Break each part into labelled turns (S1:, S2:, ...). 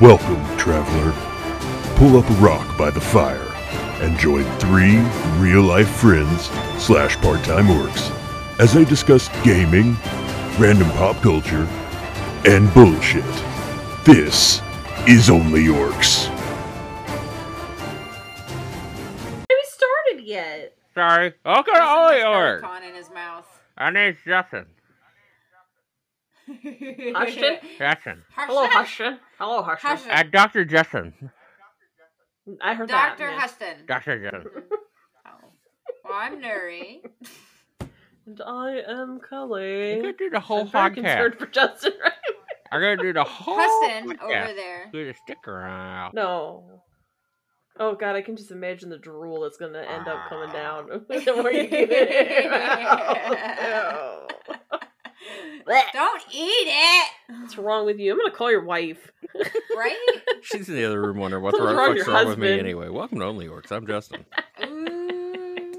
S1: Welcome, traveler. Pull up a rock by the fire and join three real-life friends slash part-time orcs as they discuss gaming, random pop culture, and bullshit. This is only orcs.
S2: we started yet.
S3: Sorry. Okay,
S4: Jason
S3: Ollie
S4: has
S3: Org.
S4: Pelican in his mouth.
S3: I need Justin.
S2: Ashton?
S3: Justin.
S2: Hello,
S4: Huston.
S2: Hushton. Hello, Hushton.
S4: Hushton.
S3: Uh, Dr. Justin.
S2: I heard that.
S4: Dr.
S2: man.
S4: Huston.
S3: Dr. Justin.
S4: Oh. Well, I'm Nuri.
S2: And I am
S3: I'm
S2: Kelly.
S3: going to do the whole
S2: I'm very concerned
S3: podcast.
S2: for Justin right
S3: I'm going to do the
S2: Oh,
S3: whole
S4: Huston over
S3: podcast.
S4: there.
S3: Put a sticker out.
S2: No. Oh god, I can just imagine the drool that's gonna end up coming down. the more you get it out. Ew. Blech.
S4: Don't eat it!
S2: What's wrong with you? I'm gonna call your wife.
S4: Right?
S5: She's in the other room wondering what the
S2: Something's
S5: fuck's
S2: wrong
S5: wrong
S2: with your
S5: with me
S2: husband.
S5: anyway. Welcome to Only Orcs. I'm Justin.
S4: Ooh,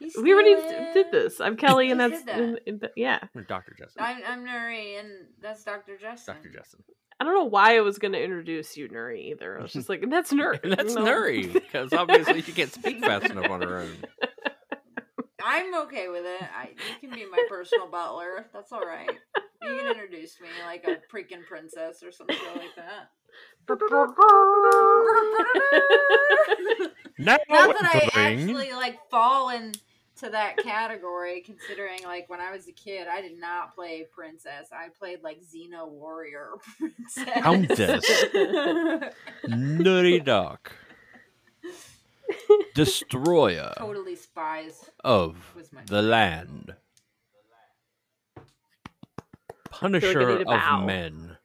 S4: he's
S2: We already
S4: stealing.
S2: d- did this. I'm Kelly, and
S4: You
S2: that's
S4: did that.
S2: and- and- yeah.
S5: I'm Dr. Justin.
S4: I'm, I'm Nuri, and that's Dr. Justin.
S5: Dr. Justin.
S2: I don't know why I was gonna introduce you, Nuri. Either I was just like, that's Nuri.
S5: And that's
S2: No.
S5: Nuri, because obviously she can't speak fast enough on her own.
S4: I'm okay with it. I, you can be my personal butler. That's all right. You can introduce me like a freaking princess or something like that.
S3: No,
S4: Not that I actually like fall into that category, considering like when I was a kid, I did not play princess. I played like Xeno warrior princess.
S5: Countess. Nutty Doc. Destroyer
S4: totally spies
S5: of
S4: was my
S5: the land.
S2: Feel like I
S5: Punisher
S2: need a bow.
S5: of men.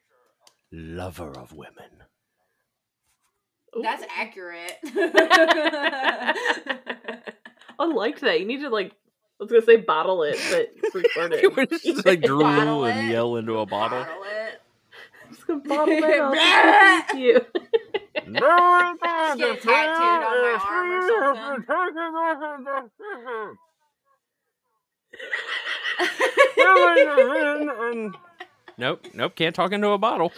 S5: Lover of women.
S4: That's accurate.
S2: I liked that. You need to like I was gonna say bottle it, but record it.
S5: It was just like drool
S4: Bottle
S5: and
S4: it.
S5: yell into a bottle.
S4: Bottle it.
S2: just gonna bottle it up. Thank you.
S4: Get it tattooed on my arm
S5: Nope, nope, can't talk into a bottle.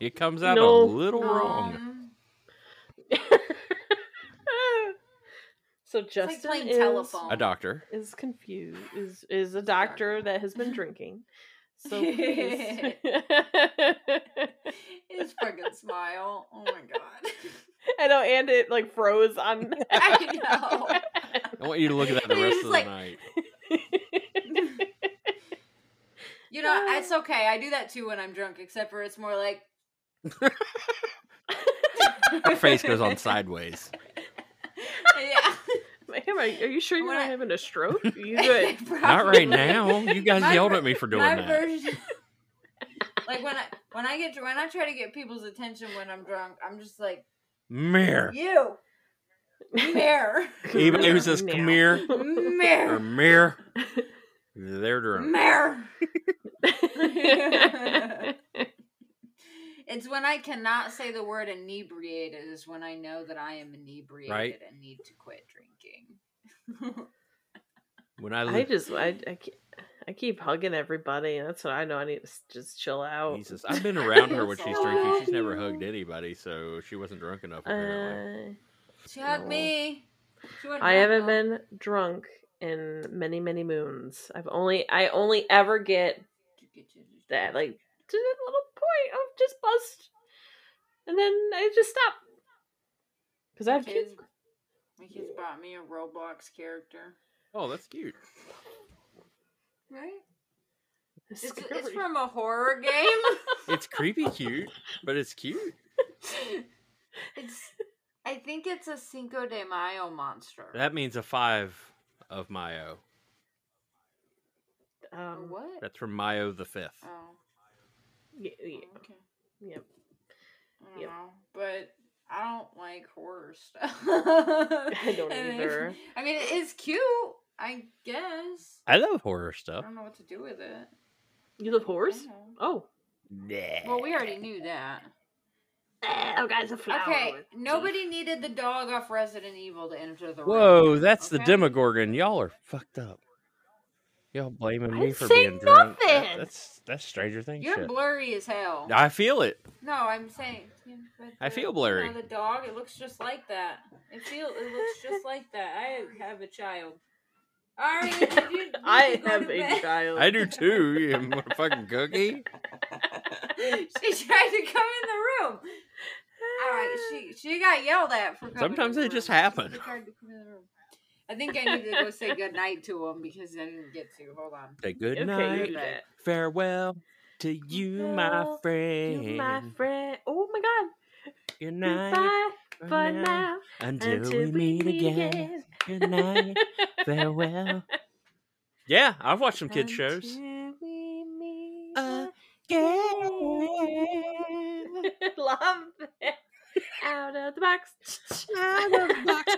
S5: It comes out
S2: No.
S5: a little wrong.
S4: Um,
S2: so
S4: like
S2: Justin
S4: playing
S2: is,
S4: telephone.
S5: A doctor.
S2: is confused. Is is a doctor that has been drinking. So please.
S4: His fucking smile. Oh my god.
S2: I know, and it like froze on.
S4: I
S5: I want you to look at that the
S4: He was
S5: rest
S4: just
S5: of
S4: like-
S5: the night.
S4: know. You know, it's okay. I do that too when I'm drunk, except for it's more like
S5: Her face goes on sideways.
S4: yeah.
S2: Am I, are you sure you're
S4: When
S2: not
S4: I-
S2: having a stroke? Are you good?
S5: Not
S4: Probably.
S5: right now. You guys
S4: My
S5: yelled
S4: ver-
S5: at me for doing
S4: my
S5: that.
S4: version like when I when I get when I try to get people's attention when I'm drunk, I'm just like
S5: Mirror.
S4: you mirror
S5: Even who says
S2: Meow.
S5: come here or
S4: mirror
S5: mirror. They're drunk.
S4: mirror. It's when I cannot say the word inebriated is when I know that I am inebriated
S5: Right.
S4: and need to quit drinking.
S5: When I
S2: I
S5: look
S2: just I, I ke- I keep hugging everybody, and that's what I know. I need to s- just chill out.
S5: Jesus, I've been around her when
S4: So
S5: she's drinking. She's never
S2: happy.
S5: hugged anybody, so she wasn't drunk enough apparently.
S2: Uh,
S4: she hugged
S2: No.
S4: me. She wouldn't
S2: I
S4: hug
S2: haven't
S4: though.
S2: been drunk in many many moons. I've only I only ever get that like to that little point of just bust, and then I just stop because I
S4: My
S2: have kids.
S4: kids, my kids bought me a Roblox character.
S5: Oh, that's cute.
S4: Right?
S2: This is
S4: It's, it's
S2: scary.
S4: from a horror game.
S5: It's creepy cute, but it's cute.
S4: it's I think it's a Cinco de Mayo monster.
S5: That means a five of Mayo.
S4: Or
S2: um,
S4: what?
S5: That's from Mayo the fifth.
S4: Oh,
S2: y- y-
S4: okay.
S2: yep.
S4: I don't
S2: Yep.
S4: know, but I don't like horror stuff.
S2: I don't
S4: And if-
S2: either.
S4: I mean, it is cute, I guess.
S5: I love horror
S4: I
S5: stuff.
S4: don't know what to do with it.
S2: You love
S4: I
S2: horse?
S4: don't know.
S2: Oh.
S4: Well, we already knew that.
S2: Oh, guys, a flower.
S4: Ah, Okay,
S2: with teeth.
S4: nobody needed the dog off Resident Evil to enter the room.
S5: Whoa, that's the
S4: okay?
S5: Demogorgon. Y'all are fucked up. Y'all blaming
S2: I
S5: me
S2: didn't
S5: for
S2: say
S5: being drunk. That-
S2: nothing.
S5: that's that's Stranger Things
S4: You're
S5: shit.
S4: blurry as hell.
S5: I feel it.
S4: No, I'm saying. yeah, but
S5: I
S4: the-
S5: feel blurry.
S4: now the dog, it looks just like that. It feel it looks just like that. I have a child. Ari, did you, did you
S2: I
S4: go
S2: have
S4: to
S2: a
S4: bed?
S2: child.
S5: I do too. You motherfucking cookie.
S4: She tried to come in the room. All right, she she got yelled at for. Coming
S5: Sometimes
S4: in the
S5: they just
S4: room.
S5: happen.
S4: She tried to come in the room. I think I need to go say goodnight to him because I didn't get to. Hold on.
S5: Say good
S2: Okay, you
S5: night.
S2: do that.
S5: Farewell to you, my
S2: Farewell
S5: friend.
S2: You my friend. Oh my god.
S5: Good night
S2: Goodbye
S5: for
S2: for
S5: now,
S2: now.
S5: until,
S2: Until
S5: we meet, again. Good night. Farewell. Yeah, I've watched some kids shows.
S2: Until we meet
S5: Uh,
S2: again. Love it. Out of the box.
S5: Out of the box.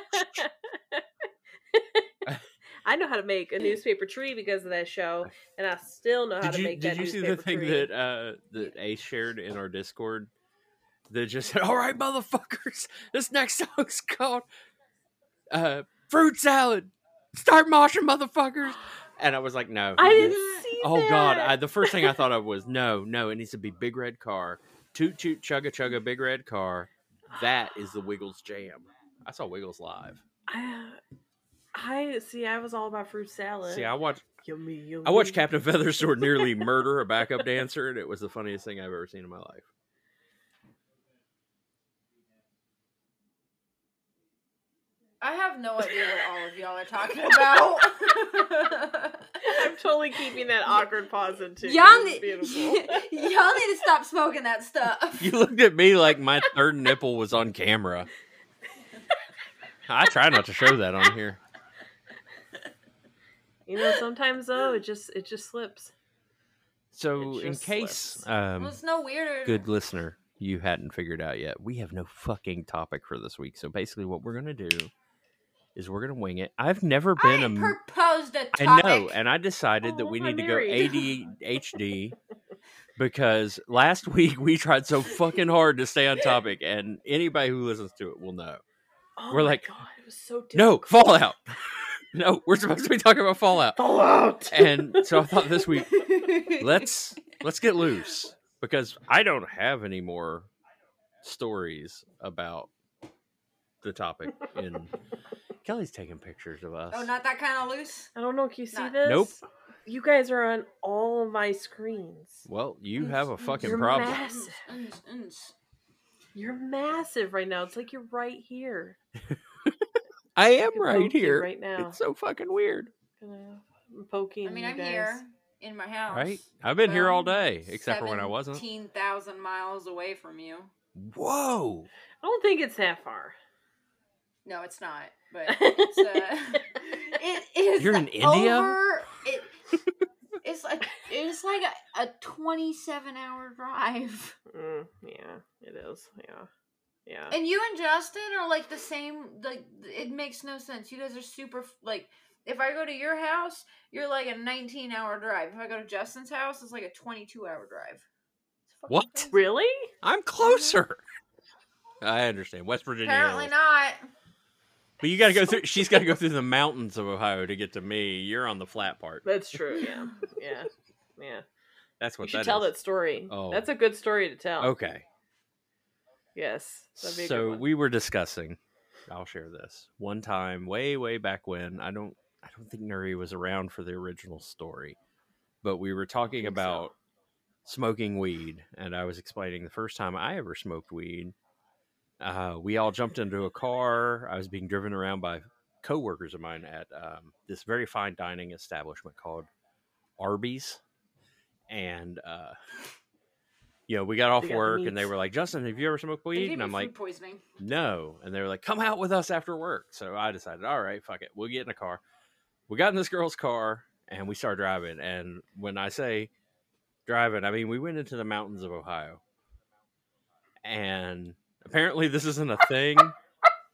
S2: I know how to make a newspaper tree because of that show, and I still know how
S5: Did
S2: to
S5: you
S2: make that
S5: did you see
S2: newspaper
S5: the thing
S2: tree.
S5: that uh that Ace shared in our Discord? That just said, "All right, motherfuckers, this next song's called uh Fruit Salad. Start moshing, motherfuckers." And I was like, "No,
S2: I
S5: he
S2: didn't see.
S5: Oh God!
S2: that.
S5: I, the first thing I thought of was no, no. It needs to be big red car, toot toot chugga chugga big red car. That is the Wiggles jam. I saw Wiggles live.
S2: I, I see. I was all about fruit salad.
S5: See, I watched
S2: yummy, yummy.
S5: I watched Captain Featherstone nearly murder a backup dancer, and it was the funniest thing I've ever seen in my life.
S4: I have no idea what all of y'all are talking about.
S2: I'm totally keeping that awkward pause in too.
S4: Y'all,
S2: It's
S4: need,
S2: beautiful.
S4: y'all need to stop smoking that stuff.
S5: You looked at me like my third nipple was on camera. I try not to show that on here.
S2: You know, sometimes though, it just it just slips.
S5: So,
S2: It
S5: in
S2: just
S5: case
S2: slips.
S5: um,
S4: well, it's no weirder.
S5: good listener, you hadn't figured out yet. We have no fucking topic for this week. So basically, what we're gonna do is we're gonna wing it. I've never been a.
S4: I
S5: m-
S4: proposed a topic.
S5: I know, and I decided that
S2: Oh,
S5: we
S2: I'm
S5: need to go
S2: married.
S5: ADHD because last week we tried so fucking hard to stay on topic, and anybody who listens to it will know.
S2: Oh
S5: We're
S2: my
S5: like,
S2: God, it was so
S5: No,
S2: difficult.
S5: Fallout. no, we're supposed to be talking about Fallout.
S2: Fallout.
S5: And so I thought this week let's let's get loose because I don't have any more stories about the topic. And Kelly's taking pictures of us.
S4: Oh, not that kind of loose.
S2: I don't know if you see
S4: Not-
S2: this.
S5: Nope.
S2: You guys are on all of my screens.
S5: well, you have a fucking
S2: You're
S5: problem.
S2: mad. Yes. You're massive right now. It's like you're right here.
S5: I
S2: I
S5: am
S2: could
S5: right
S2: poke you
S5: here.
S2: right now.
S5: It's so fucking weird,
S2: Gonna- I'm poking.
S4: I mean,
S2: you
S4: I'm
S2: guys.
S4: here in my
S2: Oh,
S4: house.
S5: right? I've been here all day, except for when I wasn't.
S4: Fifteen thousand miles away from you.
S5: Whoa!
S2: I don't think it's that far.
S4: No, it's not. But it's, uh, it is.
S5: You're in India?
S4: over- it- it's like it's like a, a twenty-seven hour drive.
S2: Mm, yeah, it is. Yeah, yeah.
S4: And you and Justin are like the same. Like it makes no sense. You guys are super like. If I go to your house, you're like a 19 hour drive. If I go to Justin's house, it's like a 22 hour drive. It's fucking
S5: What?
S4: crazy.
S2: really?
S5: I'm closer. I understand West Virginia.
S4: Apparently
S5: hills.
S4: not.
S5: But you got to go through. She's got to go through the mountains of Ohio to get to me. You're on the flat part.
S2: That's true. Yeah, yeah, yeah.
S5: That's
S2: You
S5: what
S2: should
S5: that
S2: tell
S5: is.
S2: that story.
S5: Oh.
S2: that's a good story to tell.
S5: Okay.
S2: Yes. That'd be a good
S5: So
S2: one.
S5: we were discussing. I'll share this one time, way way back when. I don't. I don't think Nuri was around for the original story, but we were talking
S2: think so.
S5: about smoking weed, and I was explaining the first time I ever smoked weed. Uh, we all jumped into a car. I was being driven around by coworkers of mine at um, this very fine dining establishment called Arby's, and uh, you know we got off
S2: got the
S5: work, and they
S2: meats.
S5: were like, "Justin, have you ever smoked
S4: They
S5: weed?" And
S4: gave me
S5: I'm
S4: food
S5: like,
S4: poisoning.
S5: no. And they were like, come out with us after work. So I decided, all right, fuck it. We'll get in a car. We got in this girl's car and we started driving. And when I say driving, I mean, we went into the mountains of Ohio. And apparently, this isn't a thing,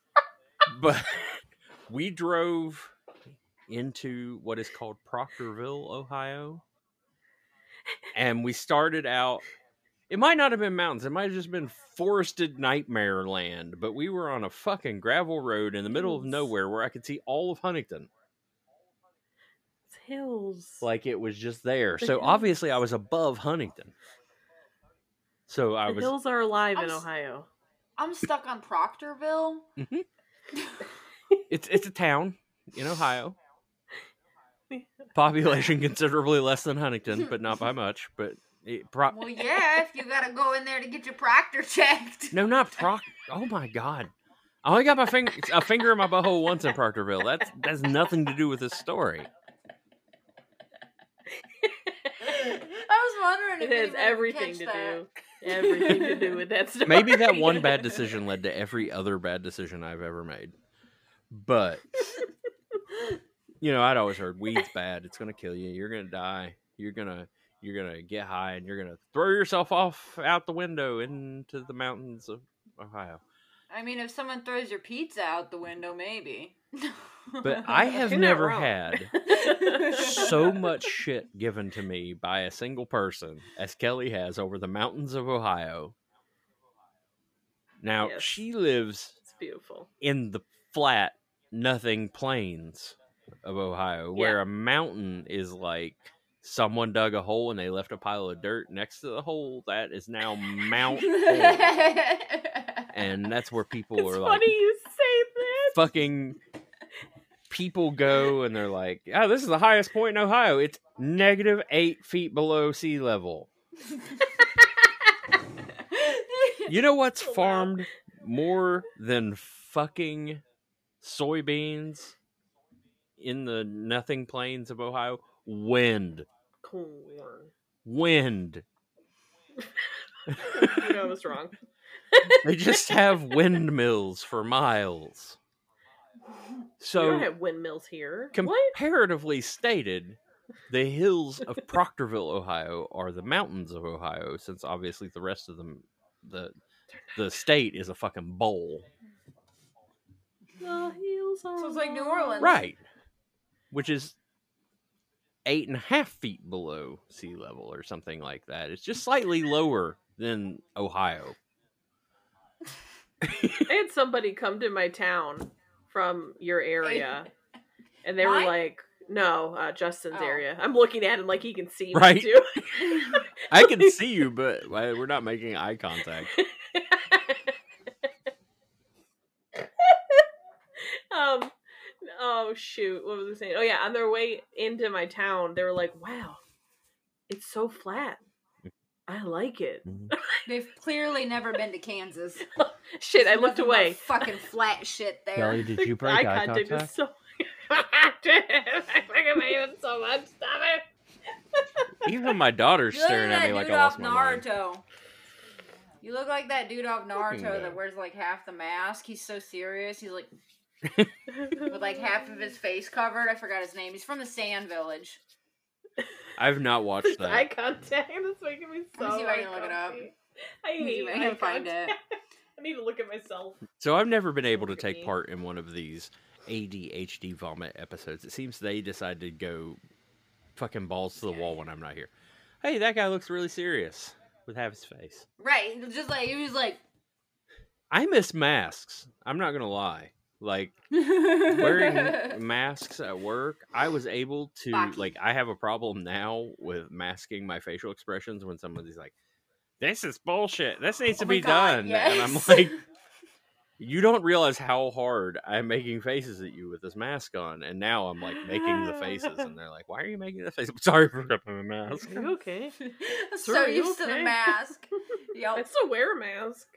S5: but we drove into what is called Proctorville, Ohio. And we started out it might not have been mountains. It might have just been forested nightmare land. But we were on a fucking gravel road in the middle of
S2: Dunes.
S5: nowhere where I could see all of Huntington.
S2: It's hills.
S5: like it was just there.
S2: The
S5: So obviously, I
S2: hills.
S5: was above Huntington. So I
S2: the
S5: was
S2: hills are alive
S4: I'm
S2: in
S4: s-
S2: Ohio.
S4: I'm stuck on Proctorville.
S5: It's it's a town in Ohio. Population considerably less than Huntington, but not by much. But it pro-
S4: Well, yeah, if you gotta go in there to get your proctor checked.
S5: no, not Proc. Oh my God! I only got my finger a finger in my butthole once in Proctorville. That's that's nothing to do with this story.
S4: I was wondering
S2: it
S4: if
S2: has
S4: anyone would
S2: everything
S4: catch
S2: to
S4: that.
S2: do, everything to do with that story.
S5: Maybe that one bad decision led to every other bad decision I've ever made. But you know, I'd always heard weed's bad. It's gonna kill you. You're gonna die. You're gonna you're gonna get high and you're gonna throw yourself off out the window into the mountains of Ohio.
S4: I mean, if someone throws your pizza out the window, maybe.
S5: But I have
S2: You're not
S5: never
S2: wrong.
S5: had so much shit given to me by a single person as Kelly has over the mountains of Ohio. Now
S2: Yes.
S5: she lives
S2: It's beautiful.
S5: in the flat nothing plains of Ohio where
S2: Yeah.
S5: a mountain is like someone dug a hole and they left a pile of dirt next to the hole that is now Mount Hole. and that's where people
S2: It's
S5: are
S2: funny
S5: like
S2: you say
S5: fucking people go and they're like, "Oh, this is the highest point in Ohio. It's negative 8 feet below sea level." You know what's
S2: Wow.
S5: farmed more than fucking soybeans in the nothing plains of Ohio? Wind.
S2: that. Corn.
S5: Wind.
S2: You know I was wrong.
S5: they just have windmills for miles.
S2: we
S5: So
S2: don't have windmills here. what?
S5: comparatively stated, the hills of Proctorville, Ohio, are the mountains of Ohio, since obviously the rest of them, the the state is a fucking bowl,
S2: The hills are
S4: Sounds like New
S2: alive.
S4: Orleans.
S5: right? Which is eight and a half feet below sea level, or something like that. It's just slightly lower than Ohio.
S2: I had somebody come to my town from your area, and they
S4: Mine?
S2: were like, "No, uh, Justin's
S4: Oh.
S2: area." I'm looking at him like he can see
S5: Right.
S2: me too.
S5: I can see you, but why- we're not making eye contact.
S2: um, oh shoot, what was I saying? Oh yeah, on their way into my town, they were like, "Wow, it's so flat. I like it."
S4: They've clearly never been to Kansas.
S2: Shit, I
S4: There's
S2: looked
S4: nothing but
S2: away.
S4: Fucking flat shit there.
S5: did you
S2: Eye contact is so. I did. I fucking hate it so much. Stop it.
S5: Even my daughter's
S4: You look
S5: staring
S4: like
S5: at
S4: that
S5: me like
S4: dude
S5: I lost
S4: off
S5: my mind.
S4: Naruto. You look like that dude off Naruto
S5: good.
S4: that wears like half the mask. He's so serious. He's like with like half of his face covered. I forgot his name. He's from the Sand Village.
S5: I've not watched
S2: This
S5: that.
S2: eye contact is making me so.
S4: Let me see if I can look it up.
S2: uncomfy. I
S4: Let me see
S2: hate.
S4: if I
S2: eye
S4: can find
S2: contact.
S4: it.
S2: I need to look at myself.
S5: So I've never been able to
S2: Look at
S5: take
S2: me.
S5: part in one of these ADHD vomit episodes. It seems they decide to go fucking balls to the wall when I'm not here. Hey, that guy looks really serious with half his face.
S4: Right. Just like he was like
S5: I miss masks. I'm not gonna lie. Like
S4: Oh
S5: wearing masks at work, I was able to
S4: Baki.
S5: like I have a problem now with masking my facial expressions when somebody's like, This is bullshit. This needs to
S4: Oh my
S5: be
S4: God,
S5: done. And I'm
S4: yes.
S5: like you don't realize how hard I'm making faces at you with this mask on, and now I'm like making the faces, and they're like, "Why are you making the face?" I'm sorry for ripping the mask.
S2: Are you okay? Sir,
S4: so
S2: are you
S4: used to the
S2: okay?
S4: mask.
S2: I
S4: Yep.
S2: still wear a mask.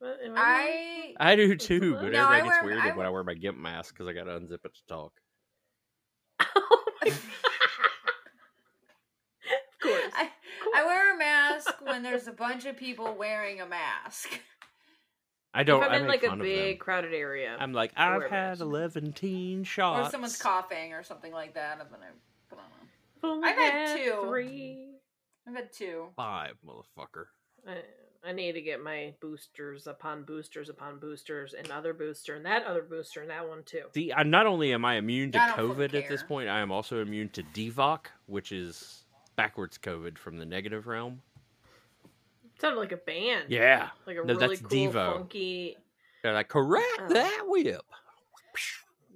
S2: But am I...
S4: I
S5: I do too, but
S4: No, I
S5: everybody gets
S4: wear-
S5: weirded
S4: I-
S5: when I wear my gimp mask because I got to unzip it to talk.
S2: Oh my god. of course.
S4: I, I wear a mask when there's a bunch of people wearing a mask.
S5: I don't.
S2: if I'm
S5: I
S2: in
S5: make
S2: like a
S5: fun of
S2: big
S5: them.
S2: crowded area.
S5: I'm like,
S2: I
S5: I've
S2: wear a
S5: had
S2: mask."
S5: eleven teen shots.
S4: Or if someone's coughing or something like that. I'm gonna put on one.
S2: Only
S4: I've had two.
S2: Three.
S4: I've had two.
S5: Five, motherfucker.
S2: I, I need to get my boosters upon boosters upon boosters, and other booster, and that other booster, and that one too.
S5: See, I, not only am I immune to
S4: I don't fucking
S5: COVID at this
S4: care.
S5: point, I am also immune to DVOC, which is backwards COVID from the negative realm.
S2: sounded like a band.
S5: Yeah,
S2: Like a
S5: No,
S2: really
S5: that's
S2: cool,
S5: Devo.
S2: funky.
S5: they're like, correct
S2: Oh.
S5: that whip.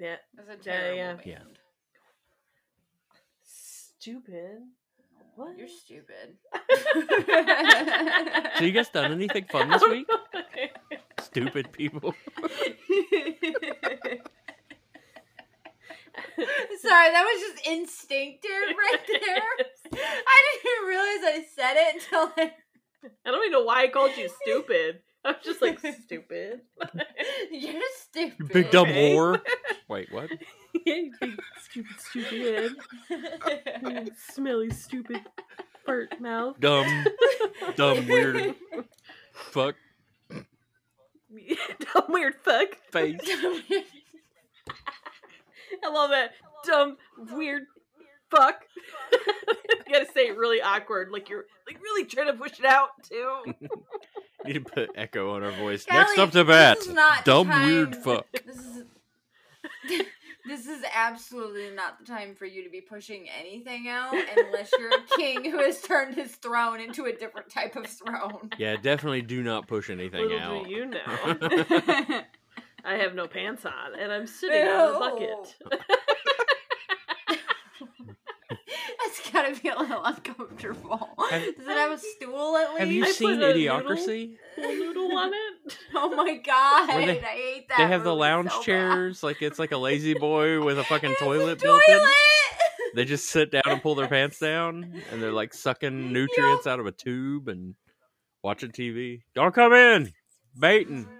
S2: Yeah.
S4: That's a
S2: Yeah,
S4: terrible
S2: yeah.
S4: band.
S5: Yeah.
S2: stupid. What?
S4: You're stupid.
S5: So you guys done anything fun this week? Stupid people.
S4: Sorry, that was just instinctive right there. I didn't even realize I said it until I,
S2: I don't even know why I called you stupid. I was just like stupid.
S4: you're stupid.
S5: Big dumb
S2: Okay.
S5: whore. Wait, what?
S2: You big stupid, stupid. You Smelly, stupid fart mouth.
S5: Dumb, dumb, weird fuck
S2: Dumb weird fuck.
S5: face.
S2: I love that. Dumb weird fuck. you gotta say it really awkward, like you're like really trying to push it out too.
S5: Need to put echo on her voice.
S4: Callie,
S5: Next up to
S4: this
S5: bat.
S4: is not
S5: Dumb,
S4: time.
S5: weird fuck.
S4: This is this is absolutely not the time for you to be pushing anything out unless you're a king who has turned his throne into a different type of throne.
S5: Yeah, definitely do not push anything
S2: Little
S5: out.
S2: do you know. I have no pants on and I'm sitting on a bucket.
S4: That's gotta be a little uncomfortable.
S5: Have-
S4: Does it have a stool at least?
S5: Have you
S2: I put
S5: seen
S2: a noodle-
S5: Idiocracy?
S2: Little noodle on it.
S4: Oh my god!
S5: Where they-
S4: I hate that.
S5: They have the
S4: movie
S5: lounge
S4: so
S5: chairs, like it's like a lazy boy with a
S4: bad.
S5: fucking
S4: It's
S5: toilet,
S4: toilet!
S5: built in. They just sit down and pull their pants down, and they're like sucking nutrients out of a tube and watching TV. Don't come in, baiting.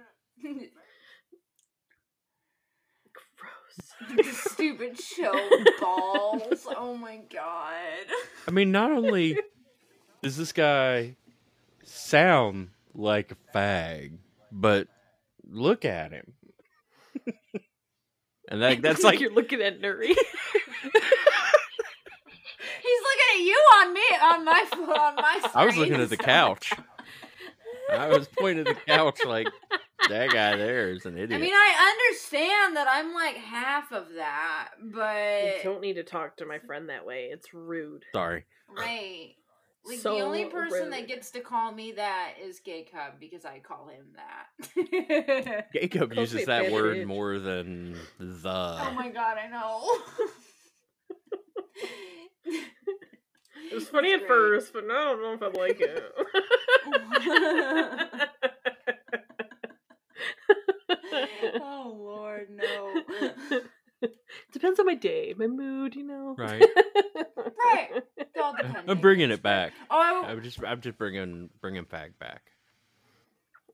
S2: Gross.
S4: Stupid show balls. Oh my god.
S5: I mean, not only does this guy sound like a fag, but look at him. and that, that's like
S2: you're looking at Nuri.
S4: He's looking at you on me on my on my screen.
S5: I was looking at the
S4: so-
S5: couch. I was pointing at the couch like that guy there is an idiot.
S4: I mean, I understand that I'm like half of that,
S2: you
S4: but
S2: don't need to talk to my friend that way. It's rude.
S5: Sorry.
S4: right. Like
S2: So
S4: the only person
S2: rude.
S4: that gets to call me that is Gay Cub because I call him that.
S2: Call
S5: Jacob
S2: me
S5: uses that word
S2: bitch.
S5: more than the.
S4: Oh my god, I know.
S2: It was funny
S4: It's
S2: at
S4: great.
S2: first, but now I don't know if I like it.
S4: oh lord, no.
S2: Depends on my day, my mood, you know.
S5: Right.
S4: Right. It all depends.
S5: I'm bringing it back.
S4: Oh, I,
S5: I'm just I'm just bringing bringing fag back.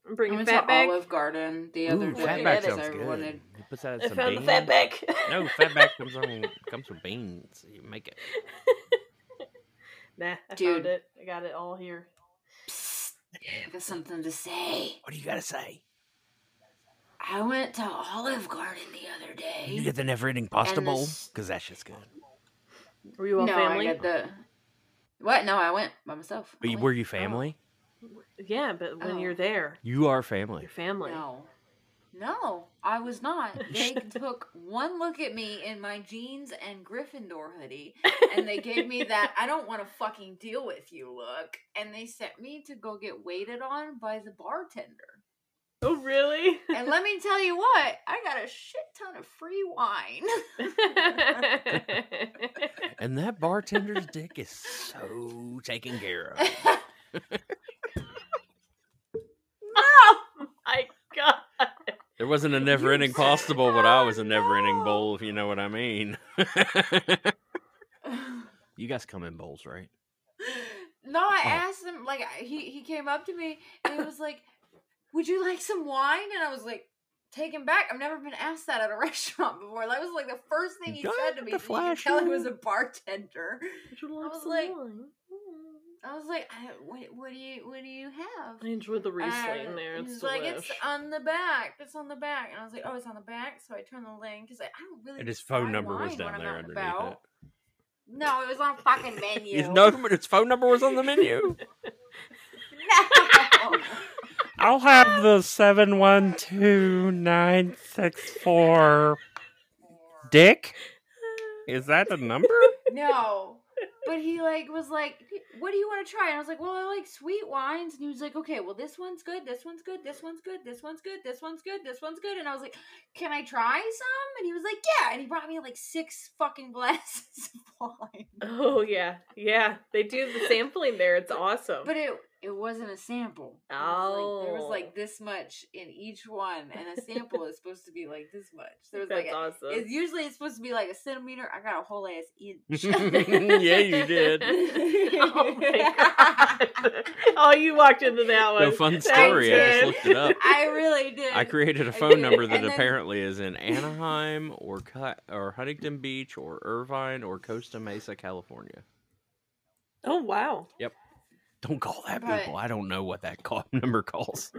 S2: I'm
S4: I
S2: bringing
S4: went to
S2: fat back.
S4: Olive Garden the other
S5: Ooh,
S4: day.
S2: back
S5: fat back
S4: because
S5: sounds
S4: I
S5: good.
S4: wanted-
S5: You put that in
S2: I
S5: some
S2: found the
S5: beans.
S2: fat back.
S5: No, fat back comes on comes from beans. You make it.
S2: Nah, I
S4: Dude.
S2: found it. I got it all here.
S4: Psst, I got something to say.
S5: What do you gotta say?
S4: I went to Olive Garden the other day.
S5: You get the never ending pasta
S4: And
S5: bowl?
S4: this-
S5: Because that's just good.
S2: Were you all
S4: no,
S2: family?
S4: I got the. What? No, I went by myself. I
S5: But you-
S4: went.
S5: were you family?
S2: Yeah, but when
S4: Oh.
S2: you're there,
S5: You are family.
S2: you're family.
S4: No. No, I was not. They took one look at me in my jeans and Gryffindor hoodie, and they gave me that I don't want to fucking deal with you look. And they sent me to go get waited on by the bartender.
S2: Oh, really?
S4: And let me tell you what, I got a shit ton of free wine.
S5: And that bartender's dick is so taken care of.
S4: no!
S2: my God.
S5: There wasn't a never ending
S4: You-
S5: pasta bowl, but I was a
S4: Oh,
S5: never ending
S4: no.
S5: bowl, if you know what I mean. you guys come in bowls, right?
S4: No, I asked him. Like I- he he came up to me and he was like, "Would you like some wine?" And I was like, "Taken back. I've never been asked that at a restaurant before." That was like the first thing he
S5: Don't
S4: said to me.
S5: the
S4: and You could tell he was a
S5: flashing.
S4: bartender.
S2: Would you like
S4: was
S2: some
S4: like-
S2: wine?
S4: I was like, I, "What? What do you? What do you have?"
S2: I enjoyed the Riesling
S4: And
S2: there. It's
S4: uh, he's like, "It's
S2: delish.
S4: on the back. It's on the back." And I was like, "Oh, it's on the back." So I turned the link because I, I don't really.
S5: And his
S4: just
S5: phone
S4: buy
S5: number was
S4: wine
S5: down
S4: when I'm
S5: there
S4: out and
S5: underneath
S4: about.
S5: it.
S4: No, it was on a fucking menu.
S5: You know, but his phone number was on the menu.
S4: No.
S5: I'll have the seven one two nine six
S4: uh,
S5: four. Dick, is that a number?
S4: No. but he like was like, "What do you want to try?" And I was like, "Well, I like sweet wines." And he was like, "Okay, well, this one's good. This one's good. This one's good. This one's good. This one's good. This one's good." And I was like, "Can I try some?" And he was like, "Yeah." And he brought me like six fucking glasses of wine.
S2: Oh yeah, yeah. They do the sampling there. It's awesome.
S4: But it it wasn't a sample. It was like- there was
S2: Oh.
S4: like this much in each one, and a sample is supposed to be like this much. There was
S2: that's
S4: like a-
S2: awesome.
S4: it's usually it's supposed to be like a centimeter. I got a whole ass inch.
S5: yeah, you did.
S2: oh my god! oh, you walked into that one.
S5: No fun
S2: That's
S5: story. I just
S2: good.
S5: looked it up.
S4: I really did.
S5: I created a
S4: I
S5: phone
S4: did,
S5: number that
S4: and then-
S5: apparently is in Anaheim or Cu- or Huntington Beach or Irvine or Costa Mesa, California.
S2: Oh wow!
S5: Don't call that
S4: But-
S5: people. I don't know what that call- number calls.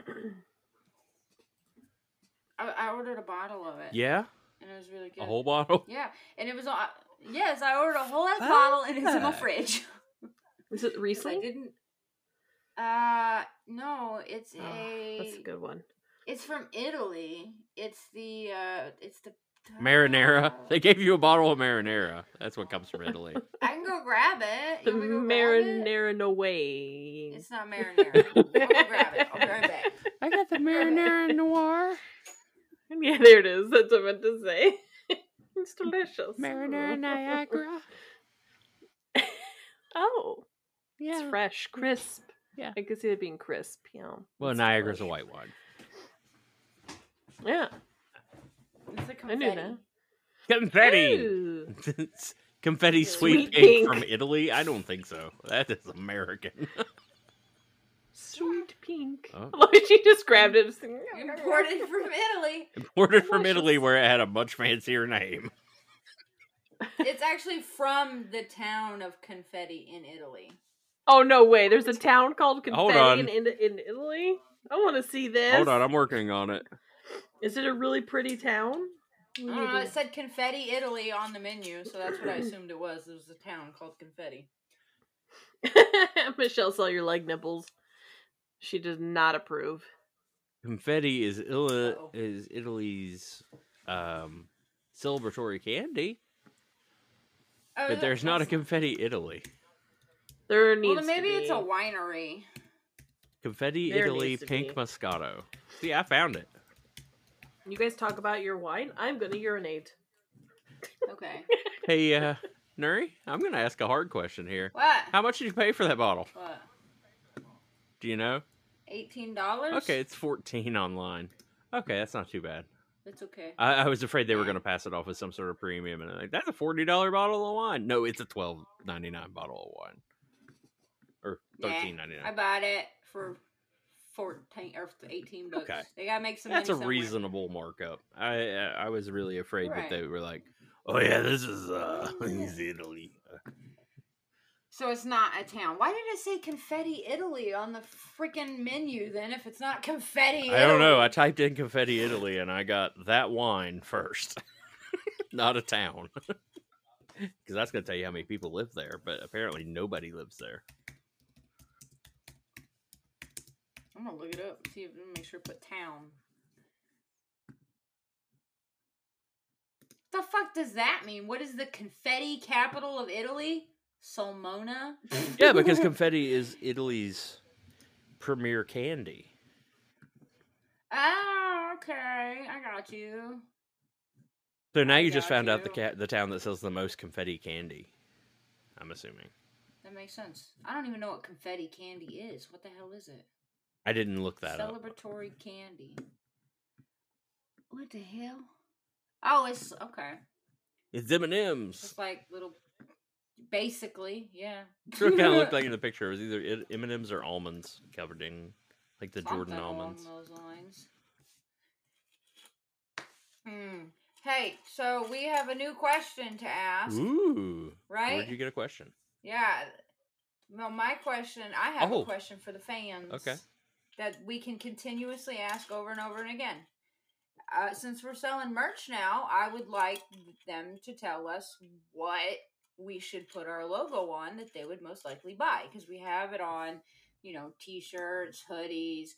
S4: I, I ordered a bottle of it.
S5: Yeah,
S4: and it was really good.
S5: a whole bottle.
S4: Yeah, and it was on. Yes, I ordered a whole ass
S5: Fuck.
S4: bottle, and it's in my fridge.
S2: Is it
S4: 'Cause I
S2: Riesling?
S4: didn't. Uh, no, it's
S2: Oh,
S4: a.
S2: that's a good one.
S4: It's from Italy. It's the. uh It's the.
S5: Marinara.
S4: Oh.
S5: They gave you a bottle of marinara. That's what comes from Italy.
S4: I can go grab it.
S2: The
S4: You want me to go grab it?
S2: marinara no way.
S4: It's not marinara. I'll go grab it. I'll be right back.
S5: I got the marinara noir.
S2: Yeah, there it is. That's what I meant to say. it's delicious. Oh, it's fresh, crisp.
S5: Yeah.
S2: I can see it being crisp. Yeah.
S5: Well,
S2: It's
S5: Niagara's a
S2: fresh.
S5: white wine.
S2: Yeah.
S4: It's a confetti.
S2: I knew that.
S5: Confetti.
S2: Ooh.
S5: It's Confetti
S2: Sweet
S5: sweet, pink,
S2: pink.
S5: from Italy? I don't think so. That is American.
S2: Sweet pink.
S5: Oh.
S2: Look, she just grabbed it.
S4: Imported from Italy.
S5: Imported from
S2: Delicious.
S5: Italy where it had a much fancier name.
S4: It's actually from the town of Confetti in Italy.
S2: Oh no way! There's a town called
S5: Hold
S2: Confetti in,
S5: on.
S2: in, in Italy. I want to see this.
S5: Hold on, I'm working on it.
S2: Is it a really pretty town? We
S4: I don't know.
S2: need
S4: Uh, It said Confetti Italy on the menu, so that's what I assumed it was. It was a town called Confetti.
S2: to- Michelle saw your leg nipples. She does not approve.
S5: Confetti is Ili-
S4: Uh-oh.
S5: is Italy's um, celebratory candy,
S4: Oh,
S5: but
S4: that-
S5: there's not a
S4: that's-
S5: confetti Italy.
S2: There needs
S4: Well, then maybe
S2: to
S4: it's a
S2: be-
S4: winery.
S5: Confetti
S2: There
S5: Italy
S2: needs to
S5: pink
S2: be.
S5: moscato. See, I found it.
S2: You guys talk about your wine. I'm gonna urinate.
S4: Okay.
S5: Hey, uh, Nuri, I'm gonna ask a hard question here.
S4: What?
S5: How much did you pay for that bottle?
S4: What?
S5: Do you know?
S4: Eighteen dollars.
S5: Okay, it's 14 online. Okay, that's not too bad.
S4: That's okay.
S5: I, I was afraid they were gonna pass it off as some sort of premium, and I'm like that's a forty dollar bottle of wine. No, it's a twelve ninety nine bottle of wine, or
S4: Nah,
S5: thirteen ninety
S4: I
S5: nine.
S4: bought it for fourteen or eighteen bucks.
S5: Okay.
S4: They gotta make some.
S5: That's a
S4: money somewhere.
S5: reasonable markup. I I I was really afraid
S4: Right.
S5: that they were like, oh yeah, this is uh, this is Italy.
S4: So it's not a town. Why did it say confetti Italy on the freaking menu then if it's not confetti
S5: I don't know.
S4: Italy?
S5: I typed in confetti Italy, and I got that wine first, not a town, because that's gonna tell you how many people live there. But apparently, nobody lives there.
S4: I'm gonna look it up. See if make sure to put town. The fuck does that mean? What is the confetti capital of Italy? Solmona?
S5: Yeah, because confetti is Italy's premier candy.
S4: Oh, okay. I got you.
S5: So now
S4: I
S5: you just
S4: got
S5: found out the
S4: you.
S5: ca- the town that sells the most confetti candy. I'm assuming.
S4: That makes sense. I don't even know what confetti candy is. What the hell is it?
S5: I didn't look that uh, up.
S4: Celebratory candy. What the hell? Oh, it's okay.
S5: It's M and M's.
S4: It's like little, basically, yeah.
S5: What it kind of looked like in the picture. It was either M and M's or almonds covered in like the Jordan
S4: Something along
S5: almonds.
S4: Those lines. Hmm. Hey, so we have a new question to ask,
S5: Ooh,
S4: right?
S5: Where'd you get a question?
S4: Yeah. Well, my question, I have
S5: Oh.
S4: a question for the fans.
S5: Okay.
S4: That we can continuously ask over and over and again. Uh, since we're selling merch now, I would like them to tell us what we should put our logo on that they would most likely buy because we have it on, you know, t-shirts, hoodies,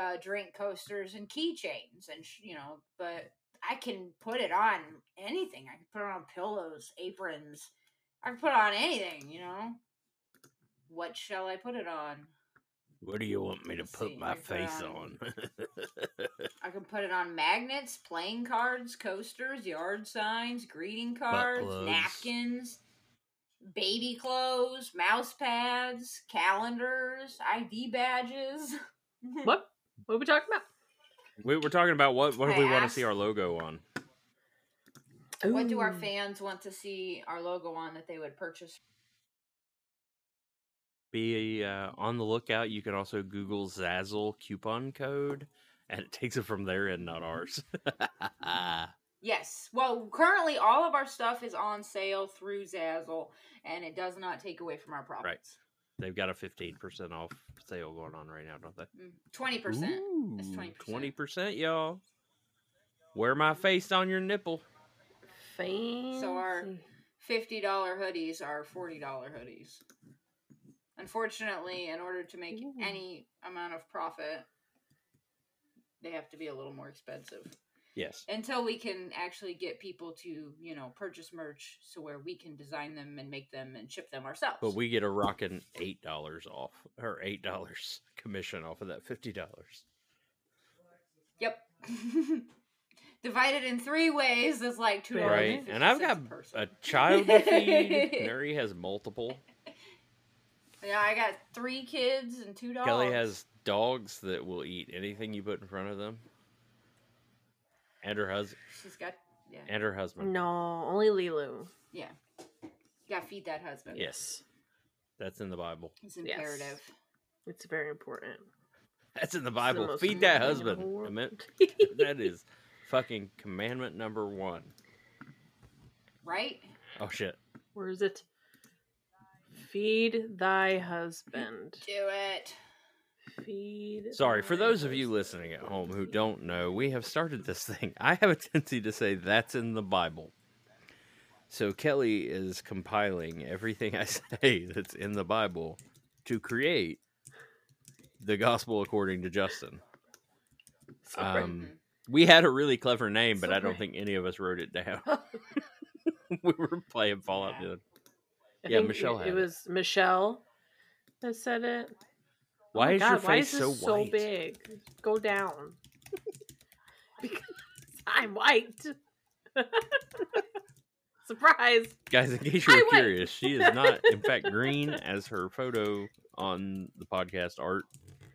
S4: uh, drink coasters, and keychains, and sh- you know, but I can put it on anything. I can put it on pillows, aprons, I can put it on anything, you know. What shall I put it on?
S5: What do you want me to
S4: Let's
S5: put
S4: see,
S5: my
S4: here's what
S5: face
S4: I'm-
S5: on?
S4: I can put it on magnets, playing cards, coasters, yard signs, greeting cards,
S5: plugs.
S4: napkins, baby clothes, mouse pads, calendars, ID badges.
S2: What? What are we talking about?
S5: we were talking about what what do
S4: I
S5: we want to
S4: asked-
S5: see our logo on?
S4: What do our
S2: Ooh.
S4: fans want to see our logo on that they would purchase?
S5: Be uh, on the lookout. You can also Google Zazzle coupon code, and it takes it from their end, not ours. Mm-hmm.
S4: Yes. Well, currently all of our stuff is on sale through Zazzle, and it does not take away from our profits.
S5: They've got a fifteen percent off sale going on right now, don't they?
S4: Mm, Twenty percent. That's 20%.
S5: Twenty percent, y'all. Wear my face on your nipple.
S2: Fancy.
S4: So our- Fifty dollar hoodies are forty dollar hoodies. Unfortunately, in order to make
S2: Ooh.
S4: any amount of profit, they have to be a little more expensive.
S5: Yes.
S4: Until we can actually get people to, you know, purchase merch so where we can design them and make them and ship them ourselves.
S5: But we get a rocking eight dollars off or eight dollars commission off of that fifty dollars.
S4: Yep. Divided in three ways is like two dollars
S5: Right.
S4: fifty
S5: And I've got
S4: cents a person.
S5: a child to feed. Neri has multiple.
S4: Yeah, I got three kids and two dogs.
S5: Kelly has dogs that will eat anything you put in front of them. And her husband
S4: She's got yeah
S5: and her husband.
S2: no, only Lilu.
S4: yeah. Got to feed that husband.
S5: Yes. That's in the Bible.
S4: it's
S2: Yes.
S4: imperative.
S2: It's very important.
S5: That's in the
S2: It's the
S5: Bible.
S2: most
S5: Feed that
S2: important thing in the
S5: husband. I
S2: world.
S5: meant- that is fucking commandment number one.
S4: Right?
S5: Oh shit.
S2: Where is it? Feed thy husband.
S4: Do it.
S2: Feed.
S5: Sorry, for
S2: thy
S5: those of you
S2: husband.
S5: listening at home who don't know, we have started this thing. I have a tendency to say that's in the Bible. So Kelly is compiling everything I say that's in the Bible to create the gospel according to Justin.
S2: Sorry.
S5: um,
S4: Mhm.
S5: We had a really clever name, but I don't
S2: Sorry.
S5: think any of us wrote it down. we were playing Fallout
S4: Yeah.
S5: Dude.
S2: I
S5: yeah,
S2: think
S5: Michelle
S2: It,
S5: had
S2: it
S5: it.
S2: was Michelle that said it. Oh
S5: Why
S2: my
S5: is your
S2: God, why
S5: face
S2: is this
S5: so
S2: so
S5: white?
S2: big? Go down. because I'm white. Surprise.
S5: Guys, in case you
S2: I
S5: were
S2: went.
S5: curious, she is not, in fact, green as her photo on the podcast art